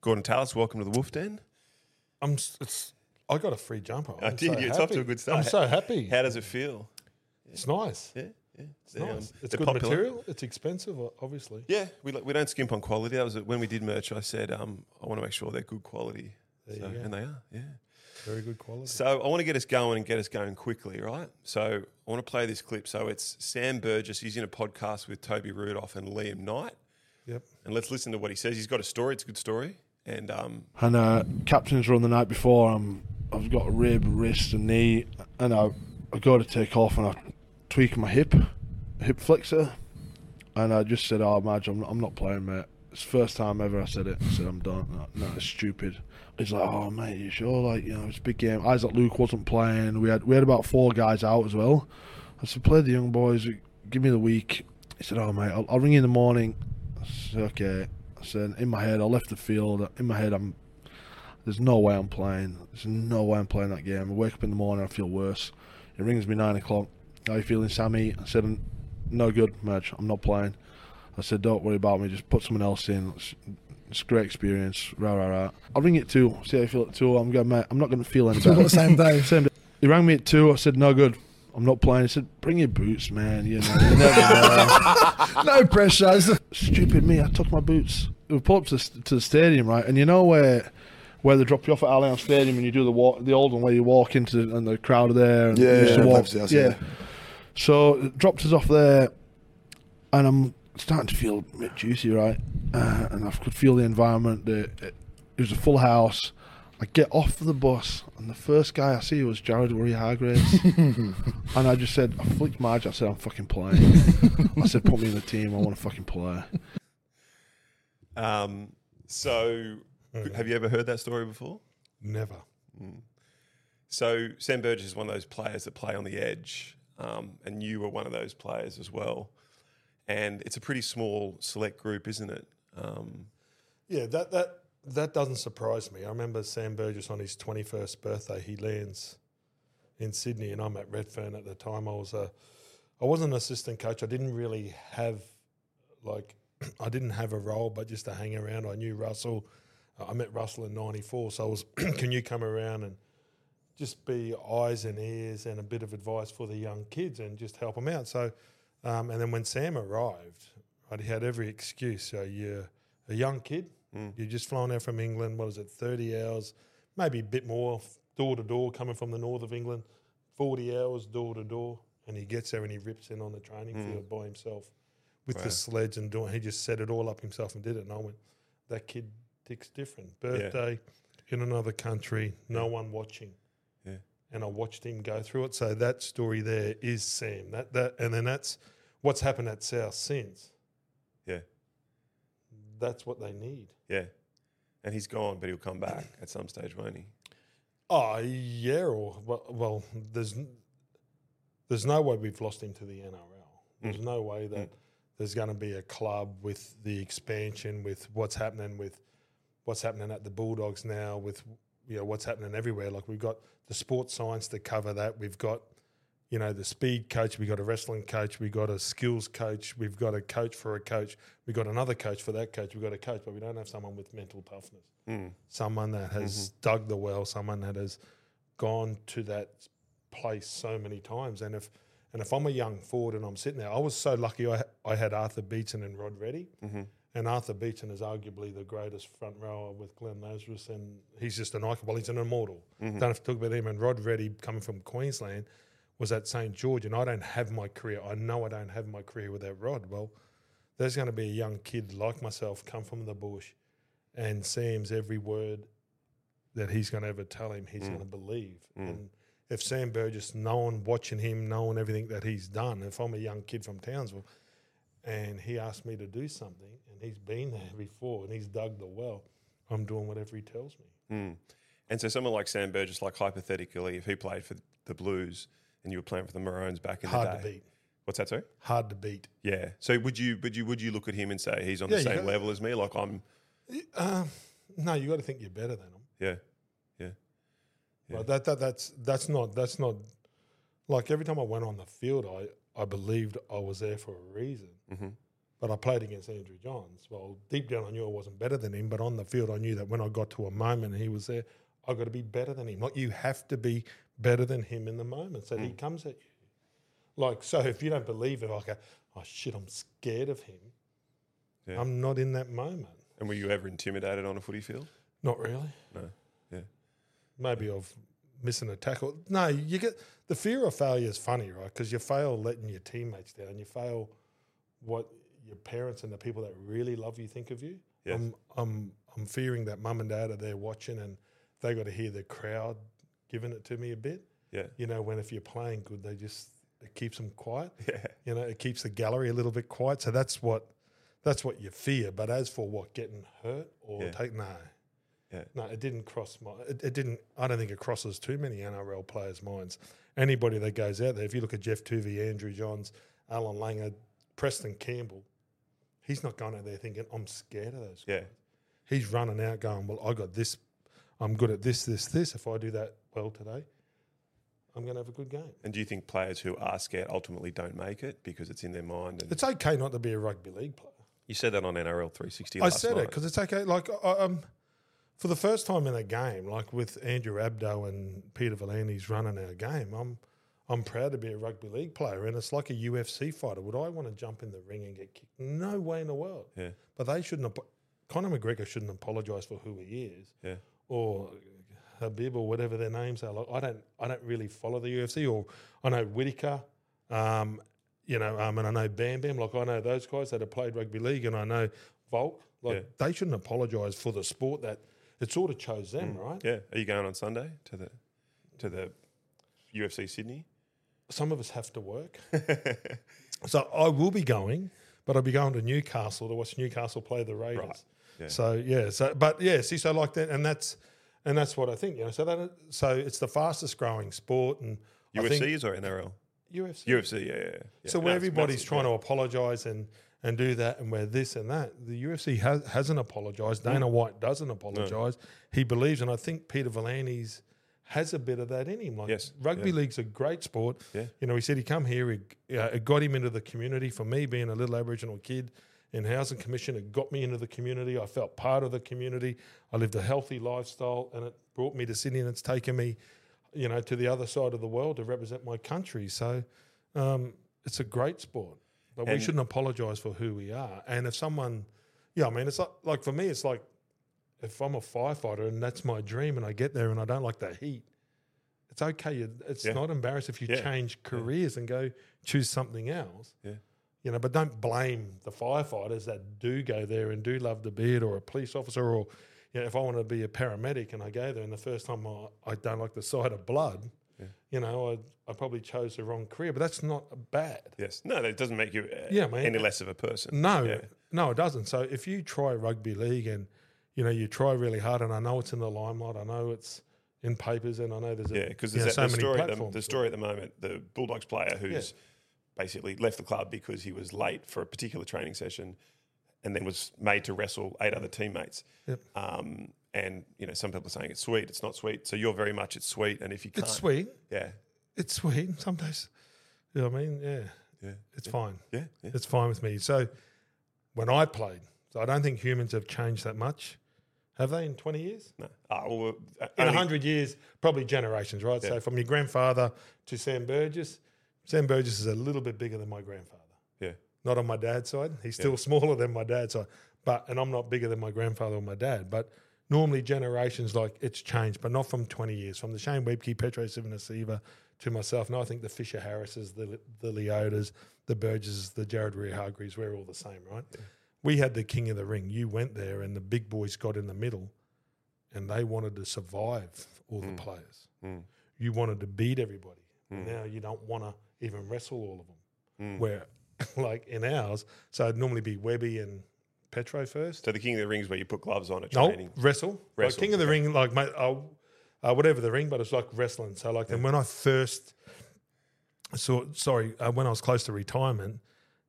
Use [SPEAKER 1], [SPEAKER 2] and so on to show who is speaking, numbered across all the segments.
[SPEAKER 1] Gordon Tallis, welcome to the Wolf Den.
[SPEAKER 2] I'm. s- It's. I got a free jumper.
[SPEAKER 1] I
[SPEAKER 2] I'm
[SPEAKER 1] did.
[SPEAKER 2] so
[SPEAKER 1] You're off to
[SPEAKER 2] happy.
[SPEAKER 1] a good start.
[SPEAKER 2] I'm so happy.
[SPEAKER 1] How does it feel?
[SPEAKER 2] It's nice.
[SPEAKER 1] Yeah, yeah. um,
[SPEAKER 2] It's nice. It's
[SPEAKER 1] they're
[SPEAKER 2] good
[SPEAKER 1] popular.
[SPEAKER 2] material. It's expensive, o- obviously.
[SPEAKER 1] Yeah, we, li- we don't skimp on quality. That was when we did merch. I said um, I want to make sure they're good quality,
[SPEAKER 2] There
[SPEAKER 1] so,
[SPEAKER 2] you go.
[SPEAKER 1] and they are. Yeah.
[SPEAKER 2] Very good quality.
[SPEAKER 1] So I want to get us going and get us going quickly, right? So I want to play this clip. So it's Sam Burgess. He's in a podcast with Toby Rudolph and Liam Knight,
[SPEAKER 2] yep.
[SPEAKER 1] and let's listen to what he says. He's got a story. It's a good story, and um,
[SPEAKER 3] and uh, captain's run the night before. I'm I've got a rib, wrist, and knee, and I I go to take off and I tweak my hip, hip flexor, and I just said, "Oh, Madge, I'm not, I'm not playing, mate." It's the first time ever I said it. I said, "I'm done." No, no it's stupid. He's like, "Oh, mate, you sure?" Like, you know, it's a big game. Isaac Luke wasn't playing. We had we had about four guys out as well. I said, "Play the young boys. Give me the week." He said, "Oh, mate, I'll, I'll ring you in the morning." I said, "Okay." I said, "In my head, I left the field. In my head, I'm there's no way I'm playing. There's no way I'm playing that game. I wake up in the morning, I feel worse. It rings me nine o'clock. How you feeling, Sammy? I said, no good, Madge. I'm not playing. I said, don't worry about me. Just put someone else in. It's, it's a great experience. Rah rah rah. I'll ring it two. See how you feel at two. I'm going. Mate, I'm not going to feel any
[SPEAKER 4] So
[SPEAKER 3] better.
[SPEAKER 4] we've got the same day.
[SPEAKER 3] Same day. He rang me at two. I said, no good. I'm not playing. He said, bring your boots, man. You know, you never know
[SPEAKER 4] no pressure. It's the-
[SPEAKER 3] stupid me, I took my boots. We pull up to, the- to the stadium, right? And you know where where they drop you off at Allianz Stadium and you do the walk, the old one where you walk into the, and the crowd are there. And
[SPEAKER 5] Yeah,
[SPEAKER 3] you used to
[SPEAKER 5] yeah,
[SPEAKER 3] walk-
[SPEAKER 5] Pepsi House, yeah.
[SPEAKER 3] So it dropped us off there, and I'm starting to feel a bit juicy, right? Uh, and I could feel the environment. The, it, it was a full house. I get off the bus, and the first guy I see was Jared Worry Hargraves. And I just said, I flicked Marge. I said, I'm fucking playing. I said, put me in the team. I want to fucking play.
[SPEAKER 1] um, so have you ever heard that story before?
[SPEAKER 2] Never.
[SPEAKER 1] So Sam Burgess is one of those players that play on the edge, um, and you were one of those players as well. And it's a pretty small select group, isn't it? Um,
[SPEAKER 2] Yeah. That that that doesn't surprise me. I remember Sam Burgess on his 21st birthday. He lands in Sydney, and I'm at Redfern at the time. I was a. I wasn't an assistant coach. I didn't really have, like, I didn't have a role, but just to hang around. I knew Russell. I met Russell in '94, so I was. can you come around and just be eyes and ears and a bit of advice for the young kids and just help them out. So, um, and then when Sam arrived, right, he had every excuse. So you're a young kid,
[SPEAKER 1] mm,
[SPEAKER 2] you're just flown out from England. What is it, thirty hours, maybe a bit more, door to door, coming from the north of England, forty hours door to door, and he gets there and he rips in on the training field by himself with the sledge and doing. He just set it all up himself and did it. And I went, that kid ticks different. Birthday in another country, no one watching and I watched him go through it. So that story there is Sam. That that and then that's what's happened at South since.
[SPEAKER 1] yeah,
[SPEAKER 2] That's what they need.
[SPEAKER 1] yeah. And he's gone, but he'll come back at some stage, won't he?
[SPEAKER 2] Oh yeah, or well, well there's n- there's no way we've lost him to the NRL. There's no way that there's going to be a club with the expansion, with what's happening with what's happening at the Bulldogs now, with you know what's happening everywhere. Like we've got the sports science to cover that. We've got you know the speed coach. We've got a wrestling coach. We've got a skills coach. We've got a coach for a coach. We've got another coach for that coach. We've got a coach, but we don't have someone with mental toughness someone that has dug the well, someone that has gone to that place so many times. And if and if I'm a young forward and I'm sitting there, I was so lucky. I, I had Arthur Beaton and Rod Reddy, and Arthur Beaton is arguably the greatest front rower with Glenn Lazarus, and he's just an icon. Well, he's an immortal. Don't have to talk about him. And Rod Reddy, coming from Queensland, was at St George, and I don't have my career. I know I don't have my career without Rod. Well, there's going to be a young kid like myself come from the bush and Sam's every word that he's going to ever tell him, he's going to believe. And if Sam Burgess, knowing, watching him, knowing everything that he's done, if I'm a young kid from Townsville and he asked me to do something and he's been there before and he's dug the well, I'm doing whatever he tells me.
[SPEAKER 1] Mm. And so someone like Sam Burgess, like hypothetically, if he played for the Blues and you were playing for the Maroons back in
[SPEAKER 2] Hard
[SPEAKER 1] the day,
[SPEAKER 2] to beat.
[SPEAKER 1] what's that? Sorry.
[SPEAKER 2] Hard to beat.
[SPEAKER 1] Yeah. So would you? Would you? Would you look at him and say he's on
[SPEAKER 2] Yeah,
[SPEAKER 1] the
[SPEAKER 2] you
[SPEAKER 1] same
[SPEAKER 2] got-
[SPEAKER 1] level as me? Like I'm.
[SPEAKER 2] Eh, uh, No, you got to think you're better than him.
[SPEAKER 1] Yeah.
[SPEAKER 2] Like that, that that's that's not that's not like every time I went on the field, I I believed I was there for a reason. But I played against Andrew Johns. Well, deep down I knew I wasn't better than him, but on the field I knew that when I got to a moment and he was there, I got to be better than him. Like you have to be better than him in the moment. So he comes at you. Like so, if you don't believe it, like, oh shit, I'm scared of him.
[SPEAKER 1] Yeah.
[SPEAKER 2] I'm not in that moment.
[SPEAKER 1] And were you ever intimidated on a footy field?
[SPEAKER 2] Not really.
[SPEAKER 1] No. Yeah.
[SPEAKER 2] Maybe of missing a tackle. No, you get the fear of failure is funny, right? Because you fail letting your teammates down. You fail what your parents and the people that really love you think of you.
[SPEAKER 1] Yes.
[SPEAKER 2] I'm, I'm, I'm fearing that mum and dad are there watching and they got to hear the crowd giving it to me a bit.
[SPEAKER 1] Yeah.
[SPEAKER 2] You know, when if you're playing good, they just, it keeps them quiet
[SPEAKER 1] Yeah.
[SPEAKER 2] you know it keeps the gallery a little bit quiet so that's what that's what you fear but as for what getting hurt or
[SPEAKER 1] Yeah.
[SPEAKER 2] take no
[SPEAKER 1] Yeah.
[SPEAKER 2] no it didn't cross my it, it didn't i don't think it crosses too many nrl players minds anybody that goes out there if you look at jeff tuvey andrew johns alan langer preston campbell he's not going out there thinking i'm scared of those
[SPEAKER 1] Yeah.
[SPEAKER 2] he's running out going, Well, I got this, I'm good at this, this, this. If I do that well today, I'm going to have a good game.
[SPEAKER 1] And do you think players who are scared ultimately don't make it because it's in their mind? And
[SPEAKER 2] It's okay not to be a rugby league player.
[SPEAKER 1] you said that on NRL 360.
[SPEAKER 2] I
[SPEAKER 1] last
[SPEAKER 2] said it
[SPEAKER 1] night.
[SPEAKER 2] because it's okay. Like I- I- um, for the first time in a game, like with Andrew Abdo and Peter Valenti's running our game, I'm I'm proud to be a rugby league player, and it's like a UFC fighter. Would I want to jump in the ring and get kicked? No way in the world.
[SPEAKER 1] Yeah.
[SPEAKER 2] But they shouldn't. apo- Conor McGregor shouldn't apologise for who he is.
[SPEAKER 1] Yeah.
[SPEAKER 2] Or Habib or whatever their names are. Like I don't I don't really follow the UFC. Or I know Whitaker. Um, you know, um, and I know Bam Bam. Like I know those guys that have played rugby league, and I know Volk. Like they shouldn't apologise for the sport that it sort of chose them, right?
[SPEAKER 1] Yeah. Are you going on Sunday to the to the UFC Sydney?
[SPEAKER 2] Some of us have to work, so I will be going, but I'll be going to Newcastle to watch Newcastle play the Raiders.
[SPEAKER 1] Yeah.
[SPEAKER 2] So yeah, so but yeah, see, so like that, and that's and that's what I think. You know, so that so it's the fastest growing sport, and I think
[SPEAKER 1] UFCs or NRL?
[SPEAKER 2] UFC.
[SPEAKER 1] UFC. Yeah. yeah, yeah.
[SPEAKER 2] So
[SPEAKER 1] No,
[SPEAKER 2] where
[SPEAKER 1] it's
[SPEAKER 2] everybody's
[SPEAKER 1] massive,
[SPEAKER 2] trying
[SPEAKER 1] yeah.
[SPEAKER 2] to apologise and and do that and where this and that, the UFC has, hasn't apologised.
[SPEAKER 1] Mm.
[SPEAKER 2] Dana White doesn't apologise. He believes, and I think Peter Valani's has a bit of that in him. Like
[SPEAKER 1] Yes,
[SPEAKER 2] rugby
[SPEAKER 1] yeah.
[SPEAKER 2] league's a great sport.
[SPEAKER 1] Yeah.
[SPEAKER 2] You know, he said he come here, he, uh, it got him into the community. For me, being a little Aboriginal kid in housing commission, it got me into the community. I felt part of the community. I lived a healthy lifestyle, and it brought me to Sydney, and it's taken me, you know, to the other side of the world to represent my country. So um, it's a great sport, but we
[SPEAKER 1] And-
[SPEAKER 2] shouldn't apologise for who we are. And if someone, yeah, I mean, it's like, like for me, it's like if I'm a firefighter and that's my dream, and I get there and I don't like the heat, it's okay. You- It's
[SPEAKER 1] Yeah.
[SPEAKER 2] not embarrassing if you
[SPEAKER 1] Yeah.
[SPEAKER 2] change careers and go choose something else.
[SPEAKER 1] Yeah.
[SPEAKER 2] You know, but don't blame the firefighters that do go there and do love the beard or a police officer or, you know, if I want to be a paramedic and I go there and the first time I, I don't like the sight of blood, you know, I, I probably chose the wrong career, but that's not bad.
[SPEAKER 1] Yes. No, that doesn't make you uh,
[SPEAKER 2] Yeah, mate.
[SPEAKER 1] any less of a person.
[SPEAKER 2] No,
[SPEAKER 1] Yeah.
[SPEAKER 2] no, it doesn't. So if you try rugby league and you know you try really hard, and I know it's in the limelight, I know it's in papers, and I know there's a,
[SPEAKER 1] Yeah, because
[SPEAKER 2] you know,
[SPEAKER 1] there's that, the, story at the,
[SPEAKER 2] platforms.
[SPEAKER 1] the story at the moment, the Bulldogs player who's basically left the club because he was late for a particular training session and then was made to wrestle eight other teammates.
[SPEAKER 2] Yep.
[SPEAKER 1] Um, and, you know, some people are saying it's sweet, it's not sweet. So you're very much it's sweet. And if you can't.
[SPEAKER 2] It's sweet.
[SPEAKER 1] Yeah.
[SPEAKER 2] It's sweet. Sometimes, you know what I mean? Yeah,
[SPEAKER 1] Yeah.
[SPEAKER 2] it's fine.
[SPEAKER 1] Yeah. yeah.
[SPEAKER 2] It's fine with me. So when I played, so I don't think humans have changed that much, have they? In twenty years?
[SPEAKER 1] No. Ah, well, uh,
[SPEAKER 2] in a
[SPEAKER 1] only-
[SPEAKER 2] hundred years, probably generations, right? So from your grandfather to Sam Burgess, Sam Burgess is a little bit bigger than my grandfather.
[SPEAKER 1] Yeah.
[SPEAKER 2] Not on my dad's side. He's still smaller than my dad's side. But and I'm not bigger than my grandfather or my dad. But normally generations like it's changed, but not from 20 years. From the Shane Webke, Petro Sivanasiva to myself. Now I think the Fisher Harrises, the the Leotas, the Burgesses, the Jared Rear Hargreaves, we're all the same, right? We had the King of the Ring. You went there and the big boys got in the middle and they wanted to survive all the players. You wanted to beat everybody. Now you don't want to even wrestle all of them. Where, like in ours, so it'd normally be Webby and Petro first.
[SPEAKER 1] So the King of the Rings where you put gloves on at
[SPEAKER 2] No,
[SPEAKER 1] training.
[SPEAKER 2] wrestle. Like
[SPEAKER 1] Wrestle,
[SPEAKER 2] King of the Ring, like mate, uh, uh, whatever the ring, but it's like wrestling. So like, then when I first, so sorry, uh, when I was close to retirement,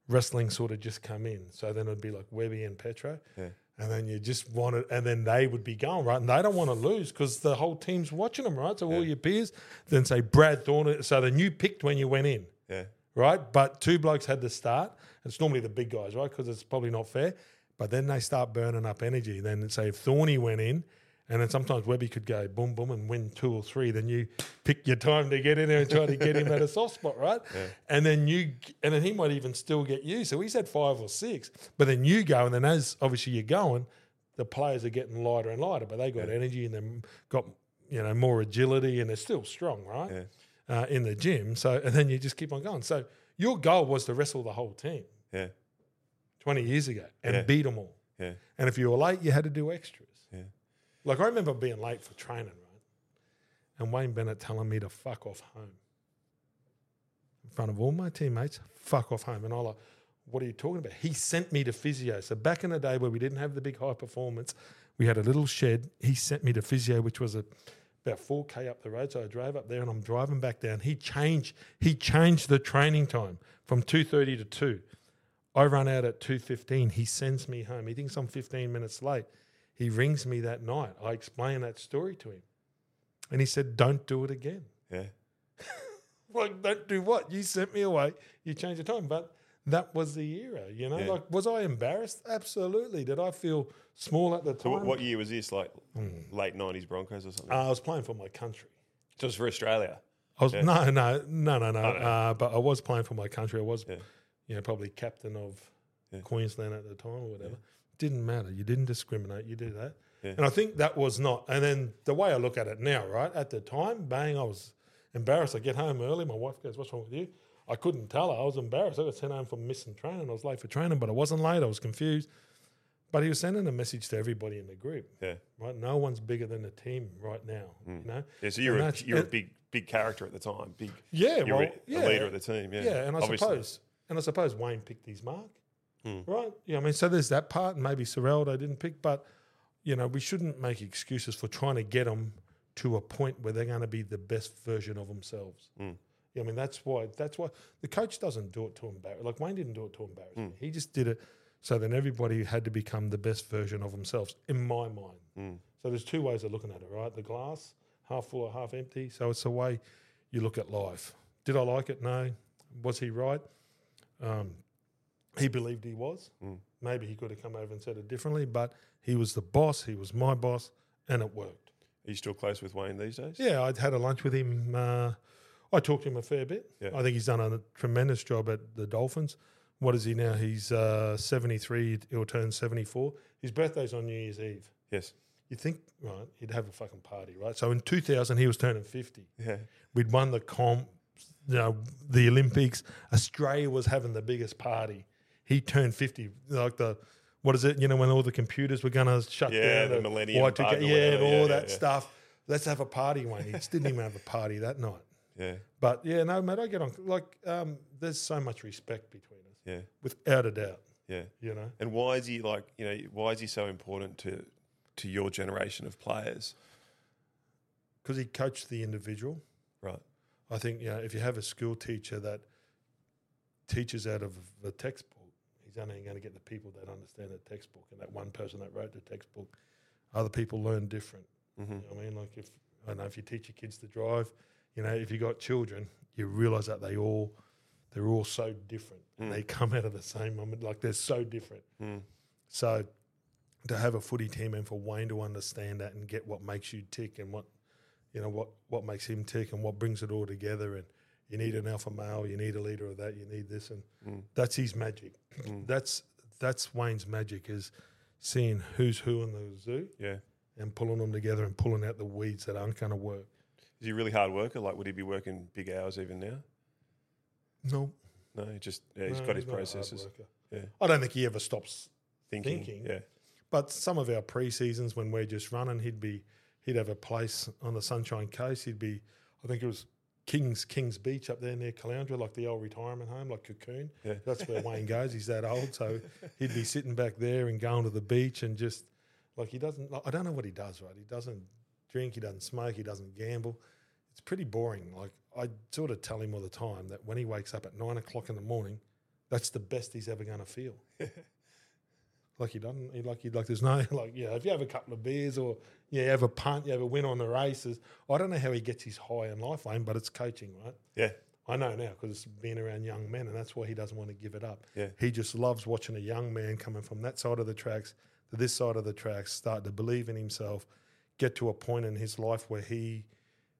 [SPEAKER 2] wrestling sort of just come in. So then it'd be like Webby and Petro.
[SPEAKER 1] Yeah.
[SPEAKER 2] And then you just want it, and then they would be going right, and they don't want to lose because the whole team's watching them, right? So all your peers then say Brad Thorne. So then you picked when you went in,
[SPEAKER 1] Yeah.
[SPEAKER 2] right? But two blokes had to start. It's normally the big guys, right? Because it's probably not fair. But then they start burning up energy. Then say if Thorny went in, and then sometimes Webby could go boom boom and win two or three. Then you pick your time to get in there and try to get him at a soft spot, right? And then you and then he might even still get you. So he's had five or six. But then you go, and then as obviously you're going, the players are getting lighter and lighter, but they got energy and they've got you know more agility and they're still strong, right? Uh, in the gym. So and then you just keep on going. So your goal was to wrestle the whole team
[SPEAKER 1] Yeah.
[SPEAKER 2] 20 years ago and
[SPEAKER 1] Yeah.
[SPEAKER 2] beat them all.
[SPEAKER 1] Yeah.
[SPEAKER 2] And if you were late, you had to do extras.
[SPEAKER 1] Yeah.
[SPEAKER 2] Like I remember being late for training, right? And Wayne Bennett telling me to fuck off home in front of all my teammates. Fuck off home, and I like, what are you talking about? He sent me to physio. So back in the day where we didn't have the big high performance, we had a little shed. He sent me to physio, which was a, about four k up the road. So I drove up there, and I'm driving back down. He changed. He changed the training time from two thirty to two. I run out at 2.15. He sends me home. He thinks I'm 15 minutes late. He rings me that night. I explain that story to him. And he said, Don't do it again.
[SPEAKER 1] Yeah.
[SPEAKER 2] Like, don't do what? You sent me away. You changed the time. But that was the era, you know?
[SPEAKER 1] Yeah.
[SPEAKER 2] Like, was I embarrassed? Absolutely. Did I feel small at the time? Hmm. Uh, Ah,
[SPEAKER 1] So what, what year was this? Like late '90s Broncos or something?
[SPEAKER 2] I was playing for my country.
[SPEAKER 1] so it's for Australia.
[SPEAKER 2] I was no, no, no, no, no.
[SPEAKER 1] Oh, no.
[SPEAKER 2] Uh, but I was playing for my country. I was,
[SPEAKER 1] Yeah.
[SPEAKER 2] you know, probably captain of Queensland at the time or whatever. Didn't matter. You didn't discriminate. You did that, and I think that was not. And then the way I look at it now, right at the time, bang, I was embarrassed. I get home early. My wife goes, "What's wrong with you?" I couldn't tell her. I was embarrassed. I got sent home for missing training. I was late for training, but I wasn't late. I was confused. But he was sending a message to everybody in the group,
[SPEAKER 1] Yeah.
[SPEAKER 2] right? No one's bigger than the team right now,
[SPEAKER 1] Hmm.
[SPEAKER 2] you know.
[SPEAKER 1] Yeah. So you're
[SPEAKER 2] And
[SPEAKER 1] a,
[SPEAKER 2] that's-
[SPEAKER 1] you're a
[SPEAKER 2] and-
[SPEAKER 1] big big character at the time. Big.
[SPEAKER 2] yeah,
[SPEAKER 1] You're
[SPEAKER 2] well,
[SPEAKER 1] a,
[SPEAKER 2] yeah.
[SPEAKER 1] a leader of the team. Yeah.
[SPEAKER 2] Yeah, and I suppose, and I suppose Wayne picked his mark, right? Yeah, I mean, so there's that part, and maybe Serraldo didn't pick, but you know, we shouldn't make excuses for trying to get them to a point where they're going to be the best version of themselves. Yeah, I mean, that's why that's why the coach doesn't do it to embarrass. Like Wayne didn't do it to embarrass me. He just did it so then everybody had to become the best version of themselves, in my mind. So there's two ways of looking at it, right? The glass half full or half empty. So it's the way you look at life. Did I like it? No. Was he right? Um, he believed he was. Maybe he could have come over and said it differently, but he was the boss. He was my boss, and it worked.
[SPEAKER 1] Are you still close with Wayne these days?
[SPEAKER 2] Yeah, I'd had a lunch with him. Uh, I talked to him a fair bit.
[SPEAKER 1] Yeah.
[SPEAKER 2] I think he's done a tremendous job at the Dolphins. What is he now? He's uh, 73. He'll turn 74. His birthday's on New Year's Eve.
[SPEAKER 1] Yes.
[SPEAKER 2] You think, right, he'd have a fucking party, right? So in 2000, he was turning 50.
[SPEAKER 1] Yeah.
[SPEAKER 2] We'd won the comp, you know, the Olympics. Australia was having the biggest party. He turned 50. Like the, what is it, you know, when all the computers were going to shut
[SPEAKER 1] Yeah,
[SPEAKER 2] down.
[SPEAKER 1] the
[SPEAKER 2] and
[SPEAKER 1] millennium
[SPEAKER 2] Y2K,
[SPEAKER 1] bug or
[SPEAKER 2] Yeah,
[SPEAKER 1] whatever.
[SPEAKER 2] and all
[SPEAKER 1] Yeah, yeah,
[SPEAKER 2] that
[SPEAKER 1] yeah.
[SPEAKER 2] stuff. Let's have a party, Wayne. He just didn't even have a party that night.
[SPEAKER 1] Yeah.
[SPEAKER 2] But yeah, no, mate, I get on. Like, um, there's so much respect between us,
[SPEAKER 1] Yeah.
[SPEAKER 2] without a doubt,
[SPEAKER 1] Yeah.
[SPEAKER 2] you know.
[SPEAKER 1] And why is he like you know why is he so important to to your generation of players?
[SPEAKER 2] Because he coached the individual.
[SPEAKER 1] Right.
[SPEAKER 2] I think you know if you have a school teacher that teaches out of the textbook, he's only going to get the people that understand the textbook, and that one person that wrote the textbook. Other people learn different.
[SPEAKER 1] Mm-hmm.
[SPEAKER 2] You know what I mean, like if I don't know if you teach your kids to drive, you know, if you got children, you realise that they all they're all so different.
[SPEAKER 1] Mm-hmm. Mm.
[SPEAKER 2] and They come out of the same moment, like they're so different. So to have a footy team and for Wayne to understand that and get what makes you tick and what you know what what makes him tick and what brings it all together and you need an alpha male you need a leader of that you need this and
[SPEAKER 1] Mm.
[SPEAKER 2] that's his magic that's that's wayne's magic is seeing who's who in the zoo
[SPEAKER 1] Yeah.
[SPEAKER 2] and pulling them together and pulling out the weeds that aren't going to work
[SPEAKER 1] Is he a really hard worker? Like, would he be working big hours even now?
[SPEAKER 2] no
[SPEAKER 1] No, he just yeah, he's
[SPEAKER 2] no,
[SPEAKER 1] got his
[SPEAKER 2] not a hard
[SPEAKER 1] processes.
[SPEAKER 2] worker.
[SPEAKER 1] Yeah.
[SPEAKER 2] i don't think he ever stops
[SPEAKER 1] Thinking,
[SPEAKER 2] Thinking.
[SPEAKER 1] yeah,
[SPEAKER 2] But some of our pre seasons when we're just running, he'd be he'd have a place on the Sunshine Coast. He'd be, I think it was Kings Kings Beach up there near Caloundra, like the old retirement home, like Cocoon.
[SPEAKER 1] Yeah.
[SPEAKER 2] That's where Wayne goes. He's that old, so he'd be sitting back there and going to the beach and just like he doesn't. Like, I don't know what he does. Right, he doesn't drink. He doesn't smoke. He doesn't gamble. It's pretty boring. Like I sort of tell him all the time that when he wakes up at nine o'clock in the morning, that's the best he's ever going to feel. Like he doesn't. He like he like. There's no like. Yeah, if you have a couple of beers or yeah, you have a punt, you have a win on the races. I don't know how he gets his high in life, Wayne, but it's coaching, right?
[SPEAKER 1] yeah,
[SPEAKER 2] I know now because it's being around young men, and that's why he doesn't want to give it up.
[SPEAKER 1] Yeah.
[SPEAKER 2] He just loves watching a young man coming from that side of the tracks to this side of the tracks, start to believe in himself, get to a point in his life where he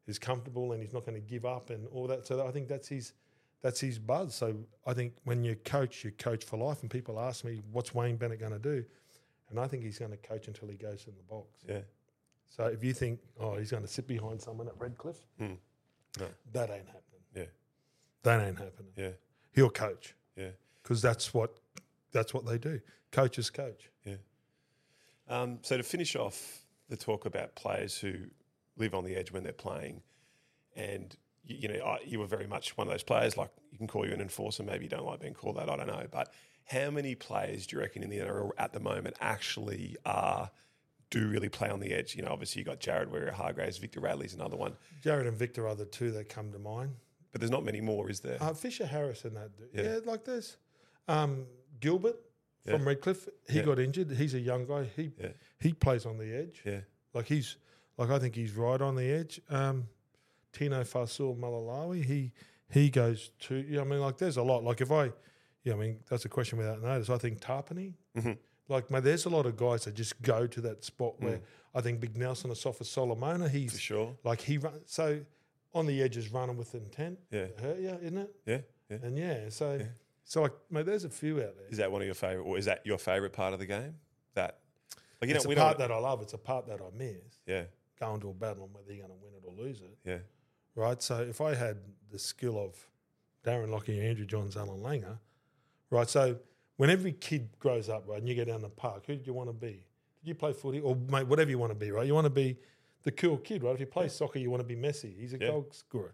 [SPEAKER 2] is comfortable and he's not going to give up and all that. So I think that's his that's his buzz. So I think when you coach, you coach for life. And people ask me, what's Wayne Bennett going to do? And I think he's going to coach until he goes in the box.
[SPEAKER 1] Yeah.
[SPEAKER 2] So if you think, oh, he's going to sit behind someone at Redcliffe,
[SPEAKER 1] Mm. No.
[SPEAKER 2] that ain't happening.
[SPEAKER 1] Yeah.
[SPEAKER 2] That ain't happening.
[SPEAKER 1] Yeah.
[SPEAKER 2] He'll coach
[SPEAKER 1] Yeah.
[SPEAKER 2] because that's what that's what they do. Coaches coach.
[SPEAKER 1] Um, so to finish off the talk about players who live on the edge when they're playing, and you, you know I, you were very much one of those players. Like you can call you an enforcer, maybe you don't like being called that. I don't know, but how many players do you reckon in the NRL at the moment actually are do really play on the edge? You know, obviously you got Jared Weir, Hargraves, Victor Radley's another one,
[SPEAKER 2] Jared and Victor are the two that come to mind.
[SPEAKER 1] but there's not many more, is there?
[SPEAKER 2] Uh, Fisher Harris and that. Dude.
[SPEAKER 1] Yeah.
[SPEAKER 2] Yeah. like this. Um, Gilbert from
[SPEAKER 1] Yeah.
[SPEAKER 2] Redcliffe. He
[SPEAKER 1] Yeah.
[SPEAKER 2] got injured. He's a young guy. He
[SPEAKER 1] Yeah.
[SPEAKER 2] he plays on the edge.
[SPEAKER 1] yeah,
[SPEAKER 2] Like he's like I think he's right on the edge. Um, Tino Fasul Malalawi, he he goes to. You know, I mean, like there's a lot. Like if I, yeah, I mean that's a question without notice. I think Tarpany.
[SPEAKER 1] Mhm.
[SPEAKER 2] Like mate, there's a lot of guys that just go to that spot where I think Big Nelson Asafa Solomona.
[SPEAKER 1] Mm. for
[SPEAKER 2] He's
[SPEAKER 1] sure.
[SPEAKER 2] like he run, so on the edges running with intent.
[SPEAKER 1] Yeah.
[SPEAKER 2] to hurt you, isn't it?
[SPEAKER 1] Yeah, yeah.
[SPEAKER 2] And yeah, so so like mate, there's a few out there.
[SPEAKER 1] Is that one of your favorite, or is that your favorite part of the game? That, like, you
[SPEAKER 2] It's
[SPEAKER 1] know,
[SPEAKER 2] a
[SPEAKER 1] we
[SPEAKER 2] part
[SPEAKER 1] don't.
[SPEAKER 2] that I love. It's a part that I miss.
[SPEAKER 1] yeah,
[SPEAKER 2] Going to a battle and whether you're going to win it or lose it.
[SPEAKER 1] yeah,
[SPEAKER 2] right? So if I had the skill of Darren Lockie, Andrew Johns, Alan Langer, right? So when every kid grows up, right, and you go down the park, who do you want to be? Did you play footy or mate, whatever you want to be, right? You want to be the cool kid, right? If you play soccer, you want to be Messi. He's a
[SPEAKER 1] Yeah.
[SPEAKER 2] goal scorer.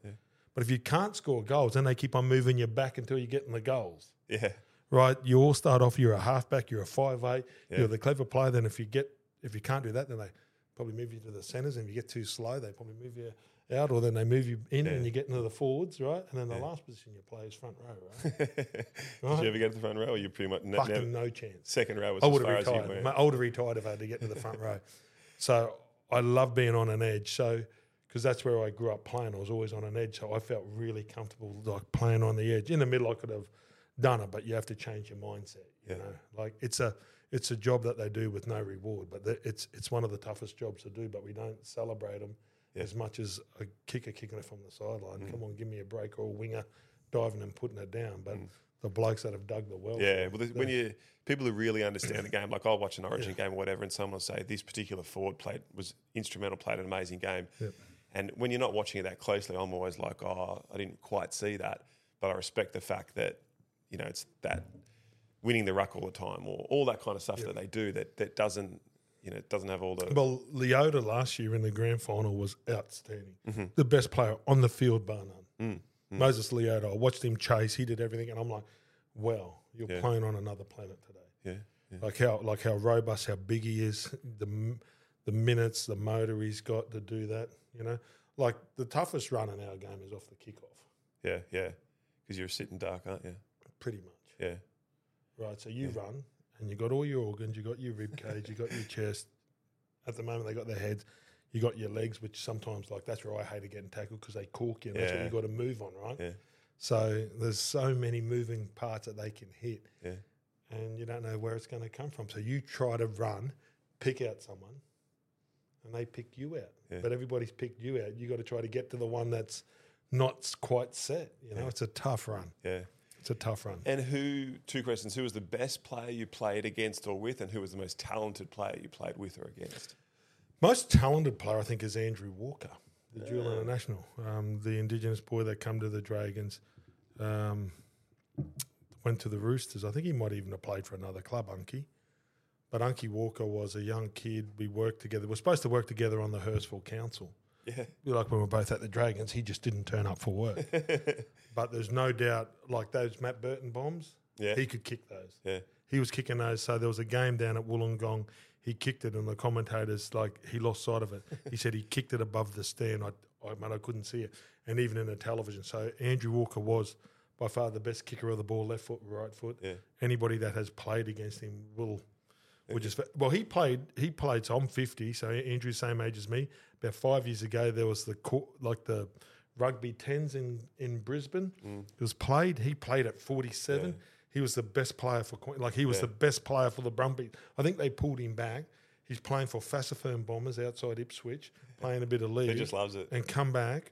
[SPEAKER 2] But if you can't score goals, then they keep on moving you back until you get in the goals
[SPEAKER 1] yeah.
[SPEAKER 2] right? You all start off. You're a halfback. You're a five eight.
[SPEAKER 1] Yeah.
[SPEAKER 2] You're the clever player. Then if you get if you can't do that, then they probably move you to the centres. And if you get too slow, they probably move you out, or then they move you in,
[SPEAKER 1] Yeah.
[SPEAKER 2] and you get into the forwards, right? And then the last position you play is front row, right?
[SPEAKER 1] Did you ever get to the front row? Or you pretty much ne- never,
[SPEAKER 2] Fucking no chance.
[SPEAKER 1] second row was
[SPEAKER 2] I
[SPEAKER 1] as
[SPEAKER 2] would
[SPEAKER 1] far
[SPEAKER 2] have
[SPEAKER 1] as you
[SPEAKER 2] retired.
[SPEAKER 1] went.
[SPEAKER 2] Mate, I would have retired if I had to get to the front row. So I love being on an edge. So because that's where I grew up playing, I was always on an edge. So I felt really comfortable like playing on the edge. In the middle, I could have done it, but you have to change your mindset. You
[SPEAKER 1] Yeah.
[SPEAKER 2] know, like it's a it's a job that they do with no reward, but the, it's it's one of the toughest jobs to do. But we don't celebrate them
[SPEAKER 1] Yeah. Mm.
[SPEAKER 2] as much as a kicker kicking it from the sideline. Come on, give me a break, or a winger diving and putting it down. But the blokes that have dug the well, for
[SPEAKER 1] Mm. Yeah,
[SPEAKER 2] it,
[SPEAKER 1] well, th- when you people who really understand the game, like I'll watch an Origin game or whatever, and someone will say this particular forward played was instrumental, played an amazing game. And when you're not watching it that closely, I'm always like, oh, I didn't quite see that, but I respect the fact that you know it's that winning the ruck all the time or all that kind of stuff that they do that that doesn't you know doesn't have all the
[SPEAKER 2] Well, Leota last year in the grand final was outstanding.
[SPEAKER 1] Mm-hmm.
[SPEAKER 2] The best player on the field, bar
[SPEAKER 1] Mm,
[SPEAKER 2] none. Moses Leota. I watched him chase. He did everything, and I'm like, "Wow, you're playing on another planet today."
[SPEAKER 1] yeah
[SPEAKER 2] Like how like how robust, how big he is, the m- the minutes, the motor he's got to do that. You know, like the toughest run in our game is off the kickoff,
[SPEAKER 1] yeah yeah because you're sitting dark, aren't you?
[SPEAKER 2] pretty much.
[SPEAKER 1] Yeah,
[SPEAKER 2] Right. So you run and you got all your organs, you got your rib cage, you got your chest. At the moment, they got their heads. You got your legs, which sometimes, like, that's where I hated getting tackled because they cork you. And That's what
[SPEAKER 1] Yeah.
[SPEAKER 2] you got to move on, right?
[SPEAKER 1] Yeah.
[SPEAKER 2] So there's so many moving parts that they can hit.
[SPEAKER 1] Yeah.
[SPEAKER 2] And you don't know where it's going to come from. So you try to run, pick out someone, and they pick you out.
[SPEAKER 1] Yeah.
[SPEAKER 2] But everybody's picked you out. You got to try to get to the one that's not s- quite set. You know, it's a tough run.
[SPEAKER 1] yeah.
[SPEAKER 2] It's a tough run.
[SPEAKER 1] And who, two questions, who was the best player you played against or with, and who was the most talented player you played with or against?
[SPEAKER 2] Most talented player, I think, is Andrew Walker, the dual international, um, the Indigenous boy that come to the Dragons, um, went to the Roosters. I think he might even have played for another club, Unky. But Unky Walker was a young kid. We worked together. We're supposed to work together on the Hurstville Council.
[SPEAKER 1] Yeah,
[SPEAKER 2] We Like when we were both at the Dragons, he just didn't turn up for work. but there's no doubt, like those Matt Burton bombs,
[SPEAKER 1] Yeah.
[SPEAKER 2] he could kick those
[SPEAKER 1] yeah,
[SPEAKER 2] he was kicking those. So there was a game down at Wollongong. He kicked it, and the commentators like he lost sight of it. He said he kicked it above the stand. I, I man, I couldn't see it, and even in the television. So Andrew Walker was by far the best kicker of the ball, left foot, right foot.
[SPEAKER 1] Yeah.
[SPEAKER 2] Anybody that has played against him will, will just well. He played. He played. So I'm 50. So Andrew's same age as me. About five years ago, there was the cour- like the rugby tens in in Brisbane. He was played. He played at forty seven. He was the best player for Queen. Like he was the best player for the Brumbies. I think they pulled him back. He's playing for Fassifern Bombers outside Ipswich, playing a bit of league.
[SPEAKER 1] He just loves it.
[SPEAKER 2] and come back.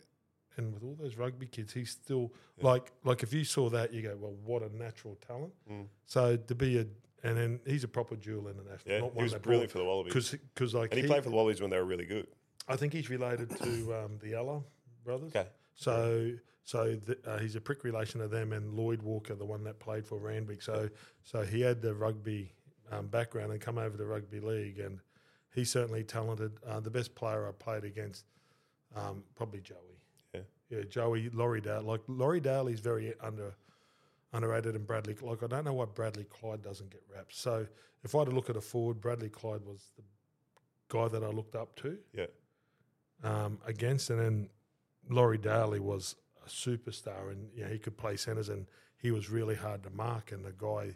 [SPEAKER 2] And with all those rugby kids, he's still like like if you saw that, you go, well, what a natural talent.
[SPEAKER 1] Mm.
[SPEAKER 2] So to be a and then he's a proper dual international.
[SPEAKER 1] Yeah,
[SPEAKER 2] not
[SPEAKER 1] he was brilliant for the Wallabies.
[SPEAKER 2] because like
[SPEAKER 1] And he,
[SPEAKER 2] he-
[SPEAKER 1] played for the Wallabies when they were really good.
[SPEAKER 2] I think he's related to um, the Ella brothers.
[SPEAKER 1] Okay.
[SPEAKER 2] So so the, uh, he's a prick relation of them and Lloyd Walker, the one that played for Randwick. So so he had the rugby um, background and come over to rugby league, and he's certainly talented. Uh, the best player I played against, um, probably Joey.
[SPEAKER 1] Yeah.
[SPEAKER 2] yeah, Joey Laurie Dale. Like Laurie Dale is very under underrated, and Bradley. Like I don't know why Bradley Clyde doesn't get wrapped. So if I had to look at a forward, Bradley Clyde was the guy that I looked up to
[SPEAKER 1] Yeah.
[SPEAKER 2] um, against, and then Laurie Daly was a superstar, and you know, he could play centres, and he was really hard to mark. And the guy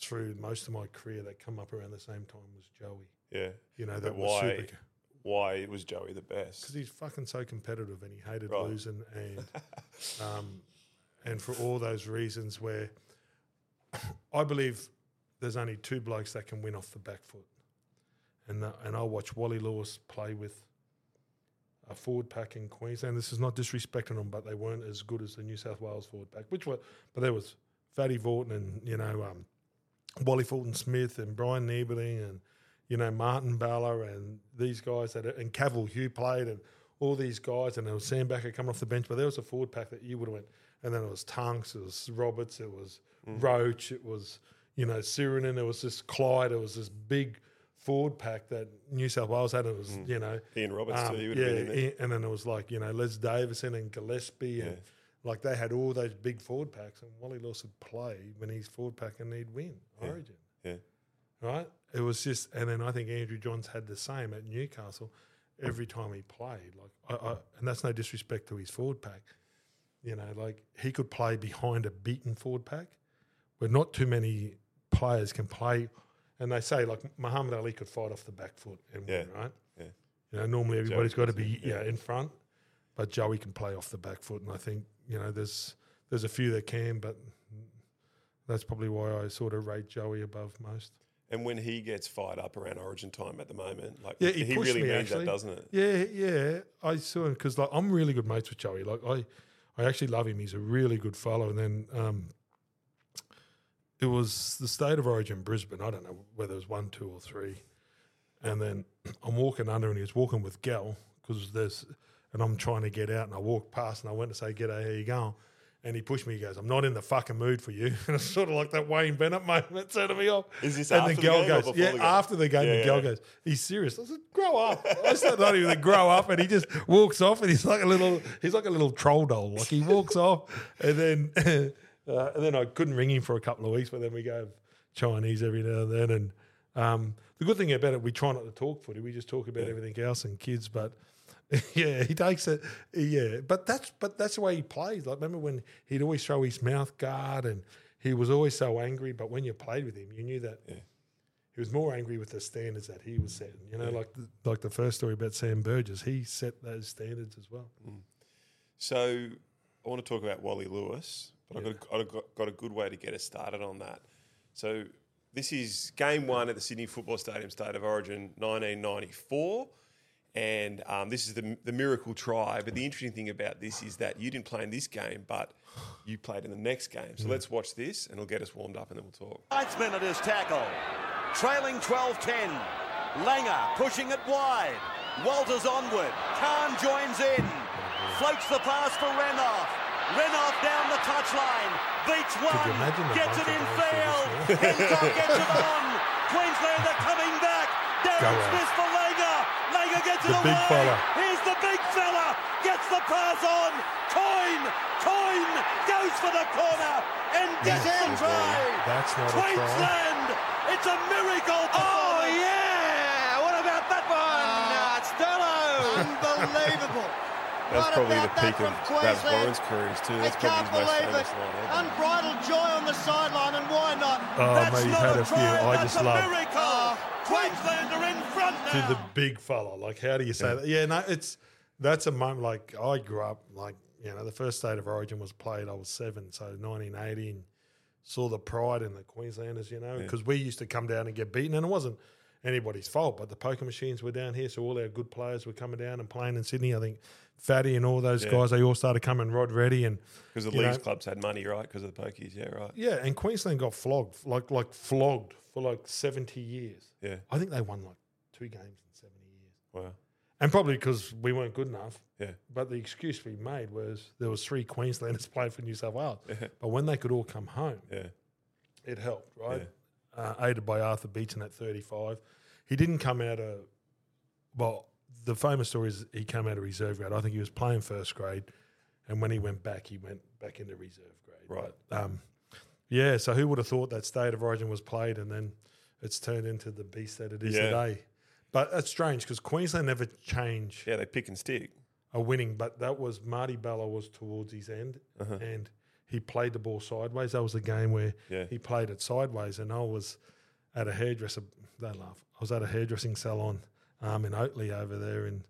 [SPEAKER 2] through most of my career that come up around the same time was Joey.
[SPEAKER 1] Yeah.
[SPEAKER 2] You know
[SPEAKER 1] But
[SPEAKER 2] that was
[SPEAKER 1] why-
[SPEAKER 2] super
[SPEAKER 1] Why was Joey the best?
[SPEAKER 2] because he's fucking so competitive, and he hated
[SPEAKER 1] Right.
[SPEAKER 2] losing, and um, and for all those reasons, where I believe there's only two blokes that can win off the back foot, and the, and I watch Wally Lewis play with a forward pack in Queensland. This is not disrespecting them, but they weren't as good as the New South Wales forward pack, which were but there was Fatty Vorton and you know um, Wally Fulton Smith and Brian Nieberding and you know Martin Balla and these guys that and Cavill Hugh played and all these guys and there was Sam Backer coming off the bench, but there was a forward pack that you would have went and then it was Tunks, it was Roberts, it was Roach, it was you know Sirenin, it was this Clyde, it was this big forward pack that New South Wales had. It was you know
[SPEAKER 1] Ian Roberts too, he would
[SPEAKER 2] Um, yeah,
[SPEAKER 1] have been in there.
[SPEAKER 2] i- and then it was like you know Les Davison and Gillespie and like they had all those big forward packs, and Wally Lewis would play when he's forward pack and he'd win Origin
[SPEAKER 1] Yeah.
[SPEAKER 2] right? It was just, and then I think Andrew Johns had the same at Newcastle every time he played. Like, I, I, and that's no disrespect to his forward pack. You know, like he could play behind a beaten forward pack, where not too many players can play. And they say like Muhammad Ali could fight off the back foot and win,
[SPEAKER 1] Yeah.
[SPEAKER 2] right?
[SPEAKER 1] Yeah.
[SPEAKER 2] You know, normally everybody's got to be yeah in front, but Joey can play off the back foot, and I think you know there's there's a few that can, but that's probably why I sort of rate Joey above most.
[SPEAKER 1] And when he gets fired up around Origin time at the moment, like
[SPEAKER 2] Yeah,
[SPEAKER 1] he,
[SPEAKER 2] he, pushed
[SPEAKER 1] really
[SPEAKER 2] me,
[SPEAKER 1] means
[SPEAKER 2] actually.
[SPEAKER 1] that, doesn't it?
[SPEAKER 2] Yeah, yeah. I saw him because like I'm really good mates with Joey. Like I, I actually love him. He's a really good fellow. And then um, it was the state of origin Brisbane. I don't know whether it was one, two, or three. And then I'm walking under, and he was walking with Gal because there's, and I'm trying to get out, and I walked past, and I went to say, "G'day, how you going?" And he pushed me. He goes, "I'm not in the fucking mood for you." And it's sort of like that Wayne Bennett moment, turning me off.
[SPEAKER 1] Is this
[SPEAKER 2] and
[SPEAKER 1] after the game or
[SPEAKER 2] goes,
[SPEAKER 1] before
[SPEAKER 2] "Yeah,
[SPEAKER 1] the game?"
[SPEAKER 2] after the game."
[SPEAKER 1] Yeah,
[SPEAKER 2] the
[SPEAKER 1] yeah,
[SPEAKER 2] girl
[SPEAKER 1] yeah.
[SPEAKER 2] goes, he's serious. I said, grow up. I said, not even grow up. And he just walks off and he's like a little, he's like a little troll doll. Like he walks off and then, uh, and then I couldn't ring him for a couple of weeks, but then we go have Chinese every now and then. And um, the good thing about it, we try not to talk footy. We just talk about everything else and kids, but yeah, he takes it. Yeah, but that's but that's the way he plays. Like remember when he'd always throw his mouth guard, and he was always so angry. But when you played with him, you knew that he was more angry with the standards that he was setting. You know, like the, like the first story about Sam Burgess, he set those standards as well.
[SPEAKER 1] So I want to talk about Wally Lewis, but I've, got a, I've got, got a good way to get us started on that. So this is game one at the Sydney Football Stadium, State of Origin, 1994. And um, this is the, the miracle try. But the interesting thing about this is that you didn't play in this game, but you played in the next game. So let's watch this and it'll get us warmed up and then we'll talk.
[SPEAKER 5] Ninth minute is tackle. Trailing 12-10. Langer pushing it wide. Walters onward. Khan joins in. Floats the pass for Renoff. Renoff down the touchline. Beats one.
[SPEAKER 2] you imagine the
[SPEAKER 5] Gets
[SPEAKER 2] bunch of
[SPEAKER 5] it
[SPEAKER 2] guys
[SPEAKER 5] in
[SPEAKER 2] who
[SPEAKER 5] field.
[SPEAKER 2] just-
[SPEAKER 5] Hancock gets it on. Queensland are coming back.
[SPEAKER 2] Go
[SPEAKER 5] Darren
[SPEAKER 2] on.
[SPEAKER 5] Smith for Langer. Langer gets it
[SPEAKER 2] The big
[SPEAKER 5] away.
[SPEAKER 2] fella.
[SPEAKER 5] Here's the big fella. Gets the pass on. Coin. Coin goes for the corner and gets the try.
[SPEAKER 2] That's not a try.
[SPEAKER 5] Queensland! It's a miracle! Oh, yeah! What about that one? it's
[SPEAKER 6] Ah. Unbelievable.
[SPEAKER 1] That's
[SPEAKER 6] What
[SPEAKER 1] probably the
[SPEAKER 6] about that
[SPEAKER 1] peak of
[SPEAKER 6] from
[SPEAKER 1] Rav
[SPEAKER 6] Queensland?
[SPEAKER 1] Warren's careers too.
[SPEAKER 6] I
[SPEAKER 1] That's probably
[SPEAKER 6] can't
[SPEAKER 1] his
[SPEAKER 6] believe
[SPEAKER 1] most
[SPEAKER 6] it.
[SPEAKER 1] famous line ever.
[SPEAKER 6] Unbridled joy on the sideline, and why not?
[SPEAKER 2] Oh,
[SPEAKER 5] That's
[SPEAKER 2] mate, he's
[SPEAKER 5] not
[SPEAKER 2] had
[SPEAKER 5] a
[SPEAKER 2] a few.
[SPEAKER 5] try,
[SPEAKER 2] I
[SPEAKER 5] that's
[SPEAKER 2] just
[SPEAKER 5] a
[SPEAKER 2] love Ah.
[SPEAKER 5] miracle! Queensland are in front now!
[SPEAKER 2] to the big fella. Like, how do you say that? Yeah, no, it's that's a moment. Like, I grew up like you know, the first State of Origin was played, I was seven, so 1980, and saw the pride in the Queenslanders, you know, because we used to come down and get beaten, and it wasn't anybody's fault, but the poker machines were down here, so all our good players were coming down and playing in Sydney. I think Fatty and all those guys, they all started coming, Rod Reddy, and
[SPEAKER 1] Because the
[SPEAKER 2] you know,
[SPEAKER 1] leagues clubs had money, right? Because of the pokies, yeah, right.
[SPEAKER 2] yeah, and Queensland got flogged, like like flogged for like 70 years.
[SPEAKER 1] Yeah,
[SPEAKER 2] I think they won like two games in 70 years.
[SPEAKER 1] wow.
[SPEAKER 2] And probably because we weren't good enough.
[SPEAKER 1] Yeah.
[SPEAKER 2] But the excuse we made was there was three Queenslanders playing for New South Wales. But when they could all come home,
[SPEAKER 1] Yeah,
[SPEAKER 2] it helped, right? Uh, aided by Arthur Beaton at 35. He didn't come out of, well, the famous story is he came out of reserve grade. I think he was playing first grade. And when he went back, he went back into reserve grade.
[SPEAKER 1] Right.
[SPEAKER 2] But, um, yeah, so who would have thought that State of Origin was played and then it's turned into the beast that it is
[SPEAKER 1] Yeah.
[SPEAKER 2] today? But it's strange because Queensland never change
[SPEAKER 1] yeah. They pick and stick.
[SPEAKER 2] a winning, but that was Marty Bella was towards his end, and he played the ball sideways. That was a game where
[SPEAKER 1] Yeah.
[SPEAKER 2] he played it sideways, and I was at a hairdresser. Don't laugh. I was at a hairdressing salon um, in Oatley over there in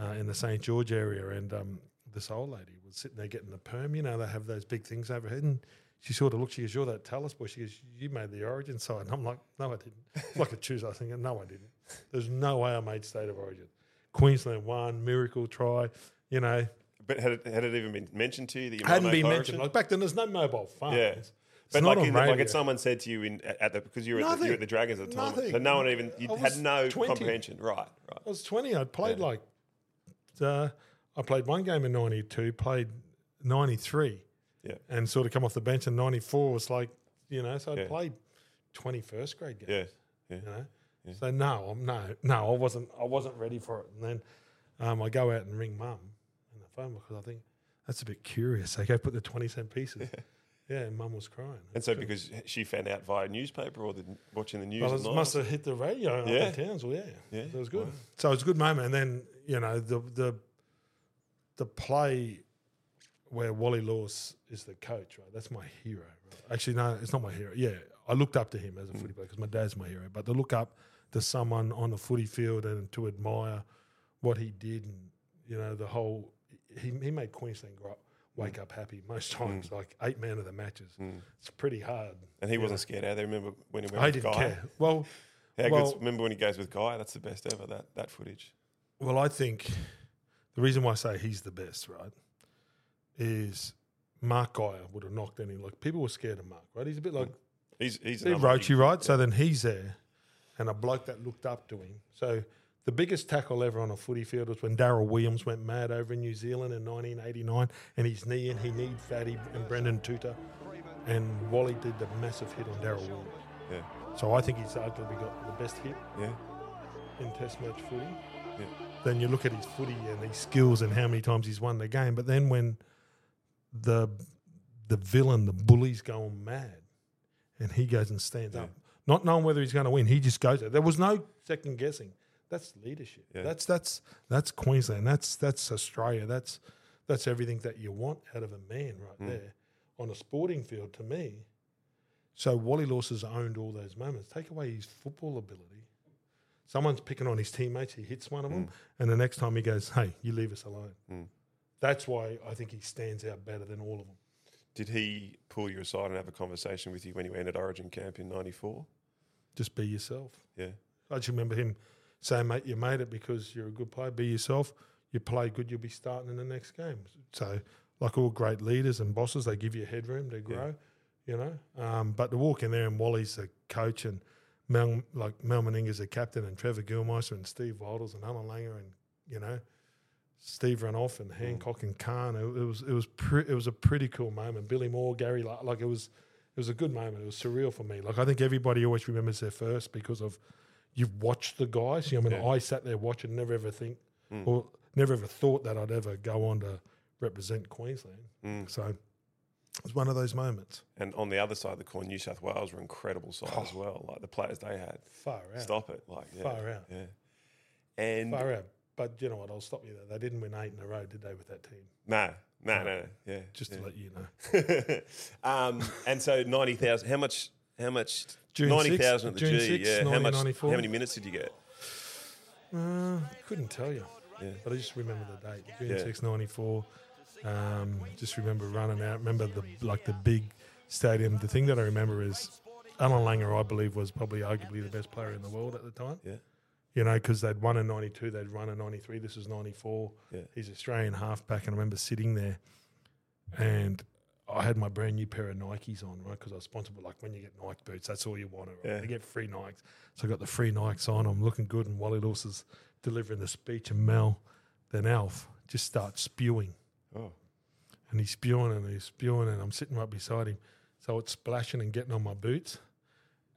[SPEAKER 2] uh, in the St George area, and um, this old lady was sitting there getting the perm. You know, they have those big things overhead, and she sort of looked. She goes, "You're that Talus boy." She goes, "You made the Origin side," and I'm like, "No, I didn't." It's like a Tuesday. I think, "No, I didn't." There's no way I made State of Origin. Queensland won, miracle try. You know,
[SPEAKER 1] But had it, had it even been mentioned to you that you
[SPEAKER 2] hadn't
[SPEAKER 1] might
[SPEAKER 2] been
[SPEAKER 1] make
[SPEAKER 2] mentioned.
[SPEAKER 1] Origin?
[SPEAKER 2] Like back then, there's no mobile phones.
[SPEAKER 1] yeah.
[SPEAKER 2] It's
[SPEAKER 1] But
[SPEAKER 2] not
[SPEAKER 1] like,
[SPEAKER 2] on
[SPEAKER 1] in the, like
[SPEAKER 2] radio.
[SPEAKER 1] if someone said to you in at at the because you were at the, you
[SPEAKER 2] Nothing.
[SPEAKER 1] were at the Dragons at the time,
[SPEAKER 2] Nothing.
[SPEAKER 1] so no one even you
[SPEAKER 2] I
[SPEAKER 1] had
[SPEAKER 2] was
[SPEAKER 1] no
[SPEAKER 2] 20.
[SPEAKER 1] comprehension, right? Right.
[SPEAKER 2] I was 20. I played like, uh, I played one game in 92, played 93,
[SPEAKER 1] Yeah.
[SPEAKER 2] and sort of come off the bench in 94 was like, you know, so I
[SPEAKER 1] Yeah.
[SPEAKER 2] would played 21st grade games.
[SPEAKER 1] Yeah. Yeah.
[SPEAKER 2] You know? So no, I'm no, no, I wasn't, I wasn't ready for it. And then um, I go out and ring mum on the phone because I think that's a bit curious. They go put the 20 cent pieces. Yeah, and mum was crying.
[SPEAKER 1] And so because she found out via newspaper or the, watching the news,
[SPEAKER 2] Well, it
[SPEAKER 1] online,
[SPEAKER 2] must have hit the radio
[SPEAKER 1] Yeah.
[SPEAKER 2] up in Townsville, yeah.
[SPEAKER 1] Yeah,
[SPEAKER 2] So it was good. So it was a good moment. And then, you know, the the the play where Wally Lewis is the coach, right? That's my hero. Right? Actually, no, it's not my hero. Yeah, I looked up to him
[SPEAKER 1] Mm.
[SPEAKER 2] as a footy player because my dad's my hero. But to look up to someone on the footy field and to admire what he did and, you know, the whole – he, he made Queensland grow up.
[SPEAKER 1] Mm.
[SPEAKER 2] Wake up happy most times, like eight man of the matches. It's pretty hard.
[SPEAKER 1] and he wasn't scared either. Remember Mm. when he went
[SPEAKER 2] I
[SPEAKER 1] with
[SPEAKER 2] didn't
[SPEAKER 1] Guy?
[SPEAKER 2] care. Well,
[SPEAKER 1] How
[SPEAKER 2] well,
[SPEAKER 1] good's, remember when he goes with Guy? That's the best ever. That that footage.
[SPEAKER 2] Well, I think the reason why I say he's the best, right, is Mark Geyer would have knocked any. Like people were scared of Mark, right? He's a bit like
[SPEAKER 1] He's he's
[SPEAKER 2] Steve
[SPEAKER 1] Mm. another
[SPEAKER 2] Roche,
[SPEAKER 1] big-
[SPEAKER 2] right? So then he's there, and a bloke that looked up to him. So the biggest tackle ever on a footy field was when Daryl Williams went mad over in New Zealand in 1989, and his knee and he kneed Fatty and Brendan Tutor, and Wally did the massive hit on Daryl Williams.
[SPEAKER 1] Yeah.
[SPEAKER 2] So I think he's arguably got the best hit
[SPEAKER 1] Yeah.
[SPEAKER 2] in Test match footy. Then you look at his footy and his skills and how many times he's won the game. But then when the the villain, the bully's going mad, and he goes and stands up, not knowing whether he's going to win, he just goes there. There was no second guessing. That's leadership. That's that's that's Queensland. That's that's Australia. That's that's everything that you want out of a man right there on a sporting field. To me, so Wally Lewis has owned all those moments. Take away his football ability. Someone's picking on his teammates. He hits one of them, and the next time he goes, "Hey, you leave us alone." That's why I think he stands out better than all of them.
[SPEAKER 1] Did he pull you aside and have a conversation with you when you went at Origin camp in '94?
[SPEAKER 2] Just be yourself.
[SPEAKER 1] Yeah.
[SPEAKER 2] I just remember him saying, "Mate, you made it because you're a good player. Be yourself. You play good, you'll be starting in the next game." So, like all great leaders and bosses, they give you headroom to grow, you know. Um, but to walk in there and Wally's the coach and Mel, like Mel Meninga's the captain and Trevor Gilmeister and Steve Wilders and Alan Langer and you know Steve Runoff and Hancock and Khan. It, it was it was pre- it was a pretty cool moment. Billy Moore, Gary, like, like it was it was a good moment. It was surreal for me. Like I think everybody always remembers their first because of you've watched the guys. You know, I mean, I sat there watching, never ever think
[SPEAKER 1] Mm.
[SPEAKER 2] or never ever thought that I'd ever go on to represent Queensland.
[SPEAKER 1] Mm.
[SPEAKER 2] So it was one of those moments.
[SPEAKER 1] And on the other side of the coin, New South Wales were incredible side as
[SPEAKER 2] Oh.
[SPEAKER 1] well. Like the players they had.
[SPEAKER 2] Far out.
[SPEAKER 1] Stop it. Like yeah.
[SPEAKER 2] Far out.
[SPEAKER 1] Yeah. And
[SPEAKER 2] Far out. But you know what? I'll stop you there. They didn't win eight in a row, did they, with that team?
[SPEAKER 1] no, no, no, no. Yeah.
[SPEAKER 2] Just to let you know.
[SPEAKER 1] um, and so ninety thousand. How much? How much?
[SPEAKER 2] June
[SPEAKER 1] ninety thousand at the G.
[SPEAKER 2] sixth, June sixth,
[SPEAKER 1] yeah. How much?
[SPEAKER 2] 1994.
[SPEAKER 1] How many minutes did you get?
[SPEAKER 2] Uh, couldn't tell you. But I just remember the date, June
[SPEAKER 1] Yeah.
[SPEAKER 2] six ninety four. Um, just remember running out. Remember the like the big stadium. The thing that I remember is Alan Langer, I believe, was probably arguably the best player in the world at the time.
[SPEAKER 1] Yeah.
[SPEAKER 2] You know, because they'd won in 92, they'd run in 93, this was 94.
[SPEAKER 1] Yeah.
[SPEAKER 2] He's Australian halfback, and I remember sitting there and I had my brand new pair of Nikes on, right? Because I was sponsored, but like when you get Nike boots, that's all you want, right?
[SPEAKER 1] Yeah.
[SPEAKER 2] You get free Nikes. So I got the free Nikes on, I'm looking good, and Wally Lewis delivering the speech, and Mel, then Alf, just starts spewing
[SPEAKER 1] Oh,
[SPEAKER 2] and he's spewing and he's spewing and I'm sitting right beside him. So it's splashing and getting on my boots.